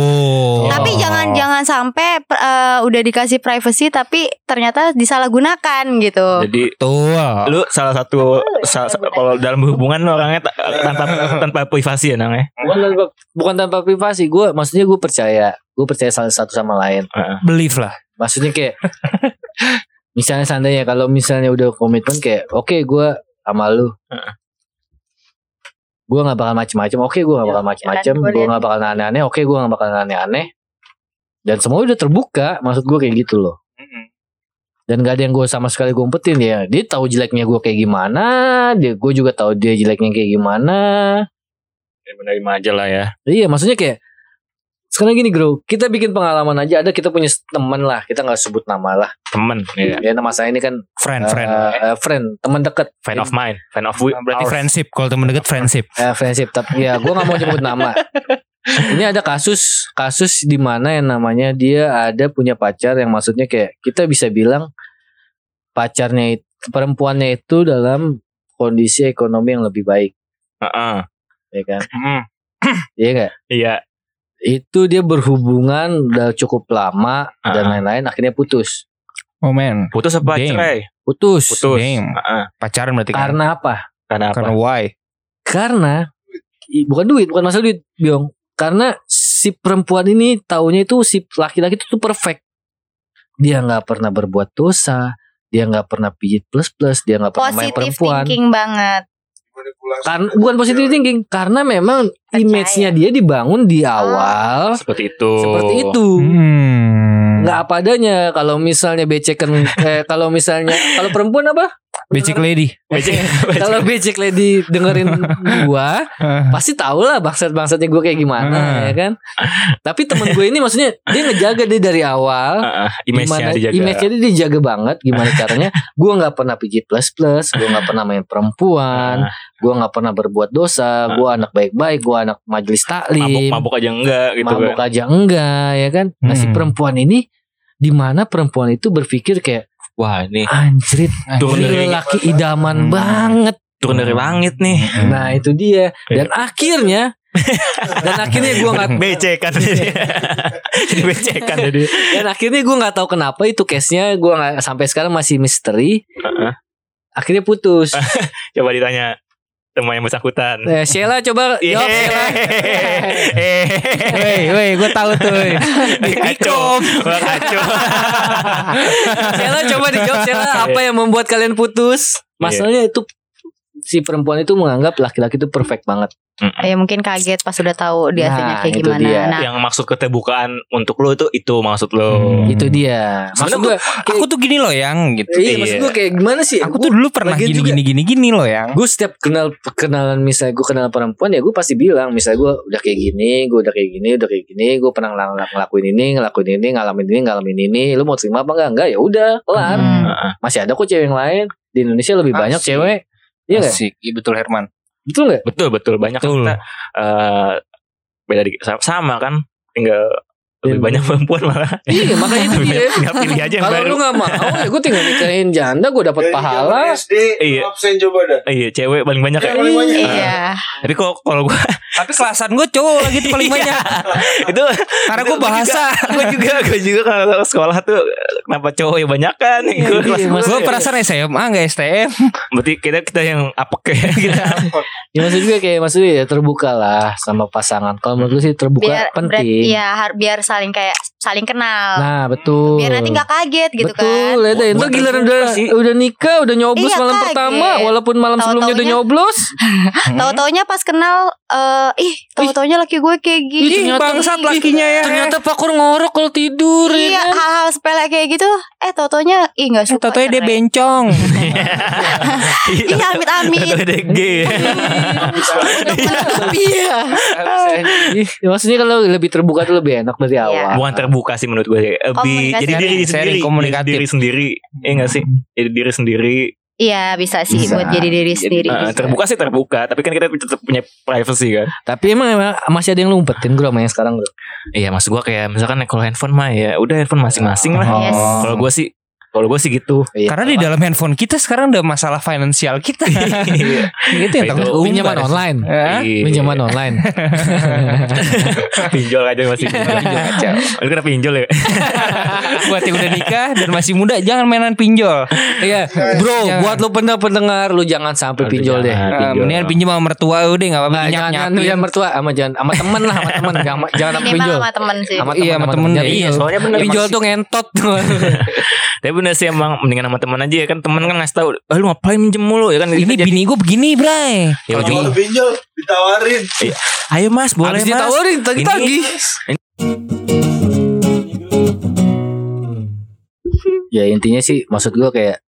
[SPEAKER 2] Oh.
[SPEAKER 4] tapi jangan jangan sampai per- eh, udah dikasih privacy tapi ternyata disalahgunakan gitu
[SPEAKER 5] Jadi
[SPEAKER 1] Betul.
[SPEAKER 5] lu salah
[SPEAKER 2] oh,
[SPEAKER 5] satu
[SPEAKER 4] Lu
[SPEAKER 5] sa- sa-
[SPEAKER 4] yang
[SPEAKER 5] kalau dalam hubungan lu orangnya ta- tanpa tanpa privasi ya nang ya.
[SPEAKER 2] bukan tanpa bukan tanpa privasi gue maksudnya gue percaya gue percaya salah satu sama lain
[SPEAKER 1] Believe lah.
[SPEAKER 2] maksudnya kayak misalnya seandainya kalau misalnya udah komitmen kayak oke gua sama lu
[SPEAKER 5] Heeh.
[SPEAKER 2] gua nggak bakal macem-macem oke gua nggak bakal macem-macem
[SPEAKER 4] gua
[SPEAKER 2] gua
[SPEAKER 4] liat.
[SPEAKER 2] nggak bakal aneh-aneh oke gua nggak bakal aneh-aneh dan semua udah terbuka maksud gua kayak gitu loh dan gak ada yang gue sama sekali gue umpetin ya dia tahu jeleknya gua kayak gimana dia gue juga tahu dia jeleknya kayak gimana
[SPEAKER 5] Ya, Menerima aja lah ya.
[SPEAKER 2] Iya maksudnya kayak sekarang gini bro kita bikin pengalaman aja ada kita punya teman lah kita nggak sebut nama lah
[SPEAKER 5] Temen ya.
[SPEAKER 2] ya nama saya ini kan
[SPEAKER 1] Iya. Friend,
[SPEAKER 2] eh,
[SPEAKER 1] friend.
[SPEAKER 2] eh, friend teman dekat
[SPEAKER 5] Fan of mine, fan of we.
[SPEAKER 1] Berarti
[SPEAKER 5] our-
[SPEAKER 1] friendship kalau temen deket friendship.
[SPEAKER 2] eh, friendship tapi ya gue nggak mau nyebut nama ini ada kasus kasus di mana yang namanya dia ada punya pacar yang maksudnya kayak kita bisa bilang pacarnya it- perempuannya itu dalam kondisi ekonomi yang lebih baik
[SPEAKER 5] Heeh.
[SPEAKER 2] ya kan
[SPEAKER 1] Mm.
[SPEAKER 2] iya nggak
[SPEAKER 5] Iya.
[SPEAKER 2] itu dia berhubungan udah cukup lama dan
[SPEAKER 5] Ah.
[SPEAKER 2] lain-lain akhirnya putus
[SPEAKER 1] Oh man.
[SPEAKER 5] Putus apa
[SPEAKER 1] Damn.
[SPEAKER 5] cerai?
[SPEAKER 2] putus,
[SPEAKER 5] Putus.
[SPEAKER 1] Damn.
[SPEAKER 5] Heeh.
[SPEAKER 1] Pacaran berarti kan?
[SPEAKER 2] karena apa
[SPEAKER 5] Karena apa?
[SPEAKER 1] Karena why?
[SPEAKER 2] karena i- bukan duit bukan masalah duit biong karena si perempuan ini taunya itu si laki-laki itu tuh perfect dia nggak pernah berbuat dosa dia nggak pernah pijit plus plus dia nggak pernah main
[SPEAKER 4] positive
[SPEAKER 2] perempuan
[SPEAKER 4] thinking banget
[SPEAKER 3] Manipulasi.
[SPEAKER 2] Karena- Kan, bukan positive thinking karena memang image-nya dia dibangun
[SPEAKER 4] Oh.
[SPEAKER 2] di awal
[SPEAKER 5] Seperti itu.
[SPEAKER 2] Oh, seperti itu
[SPEAKER 1] Oh. Hmm.
[SPEAKER 2] nggak apa adanya kalau misalnya becekan eh, kalau misalnya kalau perempuan apa
[SPEAKER 1] Becik lady.
[SPEAKER 5] Becek- becek.
[SPEAKER 2] Kalau becek lady dengerin gua, pasti tau lah bangsat-bangsatnya gua kayak gimana
[SPEAKER 1] Hmm.
[SPEAKER 2] ya kan. Tapi temen gue ini maksudnya dia ngejaga dia dari awal.
[SPEAKER 5] Ah, ah, image-nya
[SPEAKER 2] gimana
[SPEAKER 5] dijaga.
[SPEAKER 2] image-nya dia dijaga banget gimana caranya. gua nggak pernah pijit plus-plus, gua nggak pernah main perempuan,
[SPEAKER 5] Ah,
[SPEAKER 2] gua nggak pernah berbuat dosa, gua anak baik-baik, gua anak majelis taklim.
[SPEAKER 5] mabuk-mabuk aja enggak gitu
[SPEAKER 2] mabuk
[SPEAKER 5] kan.
[SPEAKER 2] aja enggak ya kan nah si
[SPEAKER 1] Hmm.
[SPEAKER 2] perempuan ini di mana perempuan itu berpikir kayak
[SPEAKER 5] Wah, ini
[SPEAKER 2] anjrit
[SPEAKER 5] turun
[SPEAKER 2] ini
[SPEAKER 5] dari
[SPEAKER 2] lelaki idaman
[SPEAKER 1] Hmm.
[SPEAKER 2] banget
[SPEAKER 5] turun dari langit nih.
[SPEAKER 2] nah itu dia dan akhirnya dan akhirnya gua nggak
[SPEAKER 5] Becekan Jadi becekan jadi.
[SPEAKER 2] dan akhirnya gua nggak tahu kenapa itu case nya gua nggak sampai sekarang masih misteri
[SPEAKER 5] Heeh.
[SPEAKER 2] akhirnya putus
[SPEAKER 5] Coba ditanya sama yang bersangkutan.
[SPEAKER 2] nah, Sheila coba
[SPEAKER 5] Iya.
[SPEAKER 2] jawab Sheila
[SPEAKER 1] Woi, woi, gue tahu tuh. woi.
[SPEAKER 5] Kacau, Wah, kacau.
[SPEAKER 2] Sheila coba dijawab Sheila apa yang membuat kalian putus masalahnya itu si perempuan itu menganggap laki-laki itu perfect banget
[SPEAKER 4] Ya mungkin kaget pas udah tahu
[SPEAKER 2] Nah,
[SPEAKER 4] dia aslinya kayak
[SPEAKER 2] itu
[SPEAKER 4] gimana.
[SPEAKER 2] dia. Ya
[SPEAKER 4] Nah,
[SPEAKER 5] Yang maksud keterbukaan untuk lo itu itu maksud lo.
[SPEAKER 1] Hmm.
[SPEAKER 2] itu dia maksud
[SPEAKER 5] Sebenarnya
[SPEAKER 2] gue
[SPEAKER 1] Aku tuh gini loh yang gitu.
[SPEAKER 2] iya, maksud gue kayak gimana sih
[SPEAKER 1] Aku tuh dulu pernah
[SPEAKER 2] lagian
[SPEAKER 1] gini
[SPEAKER 2] juga-
[SPEAKER 1] gini gini gini loh yang.
[SPEAKER 2] gue setiap kenal kenalan misalnya gue kenal perempuan ya gue pasti bilang misalnya gue udah kayak gini gue udah kayak gini udah kayak gini gue pernah ngelak- ngelak- ngelakuin ini ngelakuin ini ngalamin ini ngalamin ini lu mau terima apa enggak enggak ya udah kelar
[SPEAKER 1] Hmm.
[SPEAKER 2] masih ada kok cewek yang lain di Indonesia lebih
[SPEAKER 1] Asik.
[SPEAKER 5] Ah,
[SPEAKER 2] banyak cewek iya nggak
[SPEAKER 1] Asik, iya betul Herman.
[SPEAKER 2] betul nggak
[SPEAKER 5] Betul betul banyak
[SPEAKER 1] Betul.
[SPEAKER 5] kita eh, beda dikit Sa- sama kan tinggal lebih
[SPEAKER 2] Dan-
[SPEAKER 5] banyak perempuan malah
[SPEAKER 2] iya makanya itu dia
[SPEAKER 5] tinggal pilih aja yang
[SPEAKER 2] kalau
[SPEAKER 5] baru
[SPEAKER 2] lu nggak mau ya gue tinggal nikahin janda gue dapat
[SPEAKER 3] Dari zaman
[SPEAKER 2] pahala
[SPEAKER 3] SD
[SPEAKER 5] Iya.
[SPEAKER 3] absen coba dah.
[SPEAKER 5] iya cewek paling banyak ya
[SPEAKER 3] Yang paling banyak.
[SPEAKER 4] iya.
[SPEAKER 5] tapi kok kalau gue
[SPEAKER 1] Tapi kelasan gue cowok lagi tuh paling banyak.
[SPEAKER 5] itu
[SPEAKER 1] Karena gue bahasa.
[SPEAKER 5] gue juga gue juga kalau sekolah tuh kenapa cowok yang banyak kan gue
[SPEAKER 1] Gue
[SPEAKER 2] Iya,
[SPEAKER 5] kelas ya.
[SPEAKER 2] maksudnya-
[SPEAKER 1] perasaan SMA nggak STM.
[SPEAKER 5] berarti kita kita yang apek ya kita
[SPEAKER 2] Ya maksud gue kayak maksudnya ya terbuka lah sama pasangan. Kalau menurut gue sih terbuka
[SPEAKER 4] Biar berat-
[SPEAKER 2] penting.
[SPEAKER 4] iya, har- biar saling kayak saling kenal.
[SPEAKER 2] Nah betul.
[SPEAKER 4] biar nanti nggak kaget gitu
[SPEAKER 2] Betul,
[SPEAKER 4] kan.
[SPEAKER 2] ya deh. Ntar
[SPEAKER 5] Bukan
[SPEAKER 2] giliran
[SPEAKER 5] terbuka
[SPEAKER 2] udah
[SPEAKER 5] sih.
[SPEAKER 2] udah nikah, udah nyoblos
[SPEAKER 4] Iya,
[SPEAKER 2] malam
[SPEAKER 4] kaget.
[SPEAKER 2] pertama, walaupun malam sebelumnya udah
[SPEAKER 4] Tahu-taunya-
[SPEAKER 2] nyoblos. Hmm?
[SPEAKER 4] Tahu-taunya pas kenal eh ih, tahu-taunya laki gue kayak gini.
[SPEAKER 2] Ih, ternyata-
[SPEAKER 1] bangsat lakinya ya.
[SPEAKER 2] Ternyata pakor ngorok kalau tidur
[SPEAKER 4] Iya,
[SPEAKER 2] ya kan.
[SPEAKER 4] hal-hal sepele kayak gitu. Eh, tahu-taunya ih enggak suka.
[SPEAKER 1] Tatonya Eh, dia
[SPEAKER 4] cerai.
[SPEAKER 1] bencong.
[SPEAKER 4] Iya, amit-amit.
[SPEAKER 5] Atau ada ya. gay
[SPEAKER 4] Iya.
[SPEAKER 2] Ih, ya maksudnya kalau lebih terbuka tuh lebih enak
[SPEAKER 4] Iya.
[SPEAKER 2] dari awal.
[SPEAKER 5] bukan terbuka sih menurut gue lebih
[SPEAKER 4] Komunikasi.
[SPEAKER 5] jadi diri
[SPEAKER 1] Sharing,
[SPEAKER 5] sendiri
[SPEAKER 1] komunikatif.
[SPEAKER 5] jadi diri sendiri iya gak sih
[SPEAKER 1] Hmm.
[SPEAKER 5] jadi diri sendiri
[SPEAKER 4] Iya, bisa sih
[SPEAKER 2] Bisa.
[SPEAKER 4] buat jadi diri sendiri.
[SPEAKER 5] Eh, terbuka sih terbuka tapi kan kita tetap punya privacy kan
[SPEAKER 2] Tapi emang, emang masih ada yang lu umpetin gue sama yang sekarang bro.
[SPEAKER 5] Iya maksud gue kayak misalkan kalau handphone mah ya udah handphone masing-masing lah.
[SPEAKER 4] Yes.
[SPEAKER 1] Oh.
[SPEAKER 5] Kalau gue sih kalau gue sih gitu.
[SPEAKER 2] Iya.
[SPEAKER 1] Karena di dalam handphone kita sekarang udah masalah finansial kita.
[SPEAKER 5] Iya.
[SPEAKER 1] gitu yang
[SPEAKER 5] Itu
[SPEAKER 1] takut
[SPEAKER 2] Nah, pinjaman
[SPEAKER 1] umbar.
[SPEAKER 2] online. Iya,
[SPEAKER 1] Eh?
[SPEAKER 2] Pinjaman online.
[SPEAKER 5] pinjol aja masih. pinjol aja. Lu kena pinjol ya.
[SPEAKER 1] buat yang udah nikah dan masih muda jangan mainan pinjol.
[SPEAKER 2] Iya, bro,
[SPEAKER 1] Jangan.
[SPEAKER 2] buat lu pendengar lu jangan sampai
[SPEAKER 5] Aduh,
[SPEAKER 2] pinjol deh.
[SPEAKER 5] jangan.
[SPEAKER 1] Eh,
[SPEAKER 5] pinjol.
[SPEAKER 1] mendingan pinjam sama mertua udah nggak apa-apa
[SPEAKER 2] Nah,
[SPEAKER 1] nyap-
[SPEAKER 2] jangan jangan
[SPEAKER 1] nyapin.
[SPEAKER 2] ya mertua sama jangan sama temen lah sama temen jangan jangan sama
[SPEAKER 4] Minimal
[SPEAKER 2] pinjol.
[SPEAKER 4] sama temen sih.
[SPEAKER 2] Sama
[SPEAKER 1] Iya, sama temen.
[SPEAKER 2] jangan
[SPEAKER 1] Iya,
[SPEAKER 2] pinjol.
[SPEAKER 5] soalnya bener.
[SPEAKER 2] pinjol tuh ngentot tuh.
[SPEAKER 5] Tapi bener sih emang mendingan sama teman aja ya kan teman kan ngasih tahu, "Ah, lu ngapain minjem mulu?" ya kan.
[SPEAKER 1] Ini
[SPEAKER 5] Kita jadi,
[SPEAKER 1] bini gue begini, Bray.
[SPEAKER 5] Ya,
[SPEAKER 1] Kalau
[SPEAKER 5] ujung-
[SPEAKER 1] di-
[SPEAKER 3] Kalau pinjol ditawarin.
[SPEAKER 5] "Ayo Mas, boleh
[SPEAKER 2] Habis
[SPEAKER 5] Mas."
[SPEAKER 2] ditawarin tagi tagi. Ya intinya sih maksud gua kayak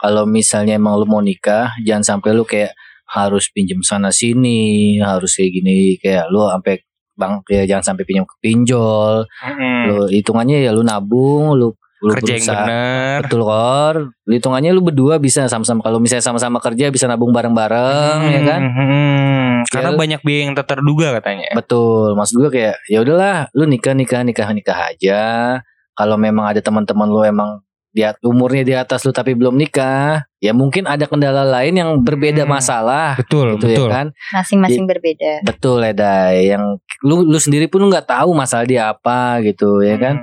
[SPEAKER 2] kalau misalnya emang lu mau nikah jangan sampai lu kayak harus pinjem sana sini, harus kayak gini kayak lu sampai bang ya jangan sampai pinjam ke pinjol.
[SPEAKER 1] Mm-mm.
[SPEAKER 2] Lu hitungannya ya lu nabung, lu lu
[SPEAKER 1] Hmm. kerja yang
[SPEAKER 2] berusaha-
[SPEAKER 1] bener.
[SPEAKER 2] Betul kor, hitungannya lu berdua bisa sama-sama kalau misalnya sama-sama kerja bisa nabung bareng-bareng ya
[SPEAKER 1] Hmm.
[SPEAKER 2] kan.
[SPEAKER 1] Mm-mm. Karena
[SPEAKER 2] Ya.
[SPEAKER 1] banyak biaya yang tak terduga katanya.
[SPEAKER 2] Betul, maksud gue kayak ya udahlah, lu nikah nikah nikah nikah aja. Kalau memang ada teman-teman lu emang di at- umurnya di atas lu tapi belum nikah, ya mungkin ada kendala lain yang berbeda
[SPEAKER 1] Hmm.
[SPEAKER 2] masalah.
[SPEAKER 1] Betul,
[SPEAKER 2] Gitu
[SPEAKER 1] betul.
[SPEAKER 2] ya kan
[SPEAKER 4] Masing-masing berbeda.
[SPEAKER 2] Betul ya Day. Yang lu, lu sendiri pun lu gak tahu masalah dia apa gitu ya
[SPEAKER 1] Hmm.
[SPEAKER 2] kan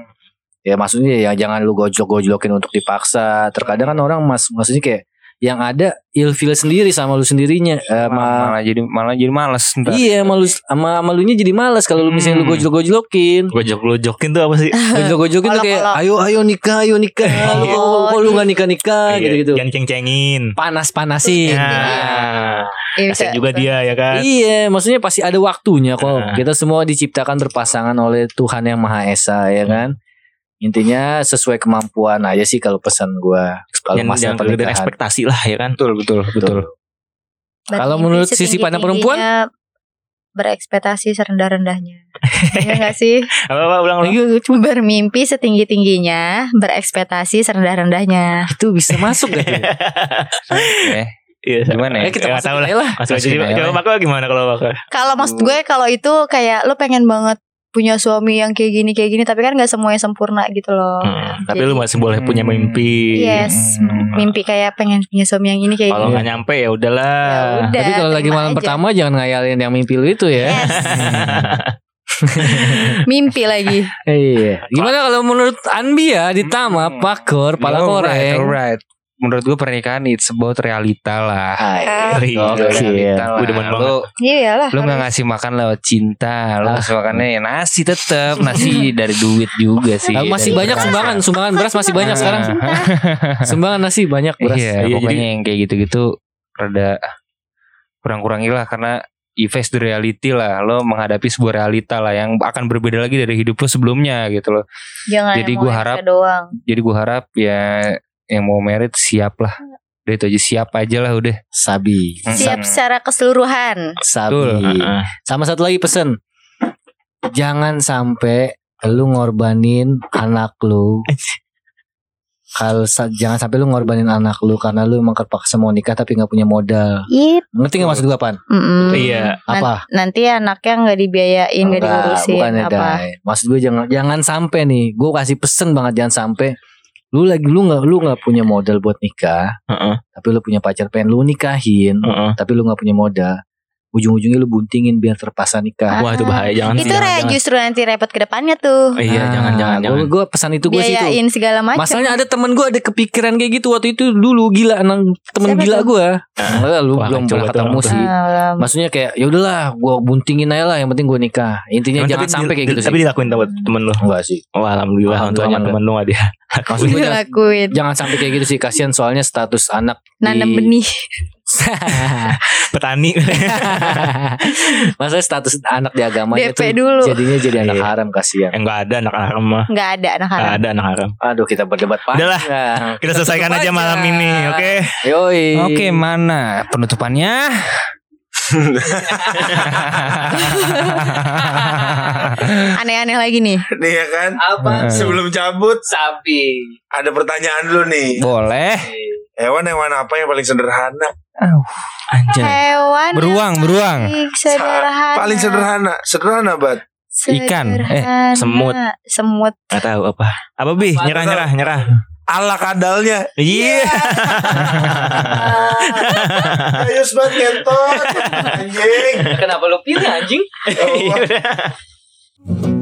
[SPEAKER 2] Ya maksudnya ya jangan lu gojlok-gojlokin untuk dipaksa. Terkadang kan orang mas maksudnya kayak yang ada ilfil sendiri sama lu sendirinya Eh,
[SPEAKER 1] Mm. Malah,
[SPEAKER 2] sama
[SPEAKER 1] malah jadi malah jadi males ntar.
[SPEAKER 2] Iya, sama lu sama, sama lunya jadi malas kalau lu misalnya lu
[SPEAKER 1] Hmm.
[SPEAKER 2] gojlok-gojlokin.
[SPEAKER 5] Gojok-gojokin tuh apa sih?
[SPEAKER 2] Gojlok-gojlokin tuh
[SPEAKER 4] Kalau-
[SPEAKER 2] kayak
[SPEAKER 4] kalau-
[SPEAKER 2] ayo ayo nikah, ayo nikah. Lu
[SPEAKER 4] Iya.
[SPEAKER 2] kok- kok lu gak nikah-nikah
[SPEAKER 5] Iya,
[SPEAKER 2] gitu-gitu.
[SPEAKER 5] Jangan ceng-cengin. Iya,
[SPEAKER 2] Panas-panasin.
[SPEAKER 5] Nah,
[SPEAKER 4] Iya, bisa.
[SPEAKER 5] kasihan juga dia ya kan.
[SPEAKER 2] Iya, maksudnya pasti ada waktunya kok.
[SPEAKER 5] Ah.
[SPEAKER 2] Kita semua diciptakan berpasangan oleh Tuhan yang Maha Esa ya kan. Intinya sesuai kemampuan aja sih kalau pesan gua. kalau
[SPEAKER 5] Jangan-
[SPEAKER 2] masa
[SPEAKER 5] jangan kegedean
[SPEAKER 2] pernikahan.
[SPEAKER 5] ekspektasi lah ya kan
[SPEAKER 1] betul betul betul
[SPEAKER 2] Kalau
[SPEAKER 4] Berarti
[SPEAKER 2] menurut sisi
[SPEAKER 4] setinggi-tingginya
[SPEAKER 2] pandang perempuan?
[SPEAKER 4] berekspektasi serendah-rendahnya. Iya enggak sih?
[SPEAKER 5] apa apa ulang lagi
[SPEAKER 4] Bermimpi setinggi-tingginya, berekspektasi serendah-rendahnya.
[SPEAKER 2] itu bisa masuk gak tuh?
[SPEAKER 1] Oke,
[SPEAKER 5] Iya.
[SPEAKER 1] gimana ya?
[SPEAKER 2] Ayo kita
[SPEAKER 5] Ya, nggak
[SPEAKER 2] masuk
[SPEAKER 5] tahu lah.
[SPEAKER 2] aja lah.
[SPEAKER 5] Masuk aja
[SPEAKER 1] Masukin aja.
[SPEAKER 5] coba bakal gimana kalau bakal
[SPEAKER 4] Kalau maksud gue kalau itu kayak lu pengen banget punya suami yang kayak gini kayak gini tapi kan nggak semuanya sempurna gitu loh.
[SPEAKER 5] Hmm, tapi
[SPEAKER 4] Jadi-
[SPEAKER 5] lu masih boleh punya
[SPEAKER 1] Hmm.
[SPEAKER 5] mimpi
[SPEAKER 4] Yes,
[SPEAKER 1] Hmm.
[SPEAKER 4] mimpi kayak pengen punya suami yang ini kayak
[SPEAKER 5] kalau
[SPEAKER 4] gini.
[SPEAKER 5] nggak nyampe ya udahlah
[SPEAKER 4] Ya udah,
[SPEAKER 2] Tapi kalau lagi
[SPEAKER 4] terima
[SPEAKER 2] malam
[SPEAKER 4] aja.
[SPEAKER 2] pertama jangan ngayalin yang mimpi lu itu ya.
[SPEAKER 4] Yes. mimpi lagi.
[SPEAKER 2] Iya. Gimana kalau menurut Anbi ya di Tama,
[SPEAKER 1] Hmm.
[SPEAKER 2] Pakor, Pala
[SPEAKER 1] Alright,
[SPEAKER 2] Koreng.
[SPEAKER 1] alright. Menurut gue pernikahan it's about realita lah.
[SPEAKER 4] Ya
[SPEAKER 2] Hai.
[SPEAKER 5] Ngeri.
[SPEAKER 2] Iya, Oke.
[SPEAKER 1] realita lah.
[SPEAKER 5] Gue demen banget.
[SPEAKER 1] Lu,
[SPEAKER 4] Eh, Iya lah.
[SPEAKER 1] lu gak ngasih makan lewat cinta. Lu
[SPEAKER 2] Ah.
[SPEAKER 1] ngasih makannya ya nasi tetep. Nasi dari duit juga sih.
[SPEAKER 2] Ah,
[SPEAKER 1] Dari
[SPEAKER 2] masih
[SPEAKER 1] Iya,
[SPEAKER 2] banyak
[SPEAKER 1] beras.
[SPEAKER 2] sumbangan, sumbangan beras masih banyak
[SPEAKER 1] Nah.
[SPEAKER 2] sekarang. Sumbangan nasi banyak beras.
[SPEAKER 1] Iya,
[SPEAKER 5] Iya,
[SPEAKER 1] pokoknya
[SPEAKER 5] jadi-
[SPEAKER 1] yang kayak gitu-gitu rada kurang-kurangi lah karena you face the reality lah. Lo menghadapi sebuah realita lah yang akan berbeda lagi dari hidup lo sebelumnya gitu loh.
[SPEAKER 4] Jangan
[SPEAKER 1] Jadi
[SPEAKER 4] yang
[SPEAKER 1] gua
[SPEAKER 4] mau
[SPEAKER 1] harap-
[SPEAKER 4] Eka doang.
[SPEAKER 1] Jadi gue harap ya yang mau merit siap lah. Udah itu aja siap aja lah udah.
[SPEAKER 2] Sabi.
[SPEAKER 1] Mm.
[SPEAKER 4] siap secara keseluruhan.
[SPEAKER 2] Sabi.
[SPEAKER 5] Heeh.
[SPEAKER 2] Sama satu lagi pesen. Jangan sampai lu ngorbanin anak lu. Kalau sa- jangan sampai lu ngorbanin anak lu karena lu emang terpaksa mau nikah tapi nggak punya modal.
[SPEAKER 4] Yip.
[SPEAKER 2] Ngerti nggak maksud gua pan?
[SPEAKER 4] Mm-mm.
[SPEAKER 5] Iya.
[SPEAKER 4] Nan-
[SPEAKER 2] Apa?
[SPEAKER 4] nanti anaknya nggak dibiayain, nggak
[SPEAKER 2] Enggak,
[SPEAKER 4] diurusin
[SPEAKER 2] bukan ya,
[SPEAKER 4] apa.
[SPEAKER 2] Dai. Maksud gue jangan jangan sampai nih. Gue kasih pesen banget jangan sampai lu lagi lu nggak lu nggak punya modal buat nikah,
[SPEAKER 5] Heeh.
[SPEAKER 2] tapi lu punya pacar pengen lu nikahin,
[SPEAKER 5] Heeh.
[SPEAKER 2] tapi lu nggak punya modal. Ujung-ujungnya lu buntingin biar terpaksa nikah.
[SPEAKER 5] wah itu bahaya jangan
[SPEAKER 4] Itu
[SPEAKER 5] jangan,
[SPEAKER 4] re-
[SPEAKER 5] jangan.
[SPEAKER 4] justru nanti repot ke depannya tuh.
[SPEAKER 5] iya jangan jangan jangan
[SPEAKER 2] Gue Nah, pesan itu gue sih tuh.
[SPEAKER 4] biayain segala macam.
[SPEAKER 2] Masalahnya ada temen gue ada kepikiran kayak gitu waktu itu dulu gila enang temen
[SPEAKER 4] Siapa
[SPEAKER 2] gila
[SPEAKER 4] tuh?
[SPEAKER 2] gue. lu
[SPEAKER 5] Ah. wah,
[SPEAKER 2] belum
[SPEAKER 5] kacau
[SPEAKER 2] pernah
[SPEAKER 5] banget
[SPEAKER 2] ketemu
[SPEAKER 5] orang tuh.
[SPEAKER 2] sih.
[SPEAKER 4] Ah,
[SPEAKER 2] Maksudnya kayak ya udahlah gue buntingin aja lah yang penting gue nikah. Intinya
[SPEAKER 5] Cuman
[SPEAKER 2] jangan
[SPEAKER 5] tapi
[SPEAKER 2] sampai
[SPEAKER 5] di-
[SPEAKER 2] kayak
[SPEAKER 5] di-
[SPEAKER 2] gitu
[SPEAKER 5] tapi
[SPEAKER 2] sih.
[SPEAKER 5] dilakuin sama temen lu
[SPEAKER 2] Enggak sih.
[SPEAKER 5] oh, alhamdulillah orang tuanya
[SPEAKER 2] Alhamdulillah.
[SPEAKER 5] temen lu nggak dia
[SPEAKER 2] Maksud gue jangan,
[SPEAKER 4] dilakuin.
[SPEAKER 2] jangan sampai kayak gitu sih kasihan soalnya status anak di-
[SPEAKER 4] Nanam benih.
[SPEAKER 5] petani
[SPEAKER 2] Maksudnya status anak di agamanya tuh
[SPEAKER 4] DP dulu.
[SPEAKER 2] jadinya jadi anak
[SPEAKER 5] Iya.
[SPEAKER 2] haram kasihan.
[SPEAKER 5] enggak ada anak haram mah
[SPEAKER 4] Nggak ada anak
[SPEAKER 5] Nggak
[SPEAKER 4] haram.
[SPEAKER 5] ada anak haram
[SPEAKER 2] Aduh kita berdebat
[SPEAKER 5] Udah lah.
[SPEAKER 2] panjang.
[SPEAKER 5] kita
[SPEAKER 2] Tutup
[SPEAKER 5] selesaikan aja malam ini oke
[SPEAKER 2] Ya, Yoi.
[SPEAKER 1] Oke, mana penutupannya?
[SPEAKER 4] Aneh-aneh lagi nih.
[SPEAKER 3] Nih ya kan
[SPEAKER 2] Apa?
[SPEAKER 1] Eh.
[SPEAKER 3] Sebelum cabut
[SPEAKER 2] Sapi.
[SPEAKER 3] Ada pertanyaan dulu nih
[SPEAKER 1] Boleh.
[SPEAKER 3] Eh, Hewan-hewan apa yang paling sederhana
[SPEAKER 5] anjay
[SPEAKER 4] Hewan.
[SPEAKER 1] Beruang,
[SPEAKER 4] yang
[SPEAKER 1] beruang.
[SPEAKER 4] paling Sederhana.
[SPEAKER 3] Paling sederhana Sederhana banget
[SPEAKER 1] Ikan. Eh,
[SPEAKER 4] Sederhana.
[SPEAKER 5] semut.
[SPEAKER 4] Semut.
[SPEAKER 5] nggak tahu apa apa bi
[SPEAKER 2] Apa?
[SPEAKER 5] nyerah nyerah nyerah
[SPEAKER 3] Ala kadalnya
[SPEAKER 5] iya
[SPEAKER 3] Ayo banget ngentot Anjing Oh,
[SPEAKER 2] Kenapa lu pilih anjing?
[SPEAKER 3] Ya Allah.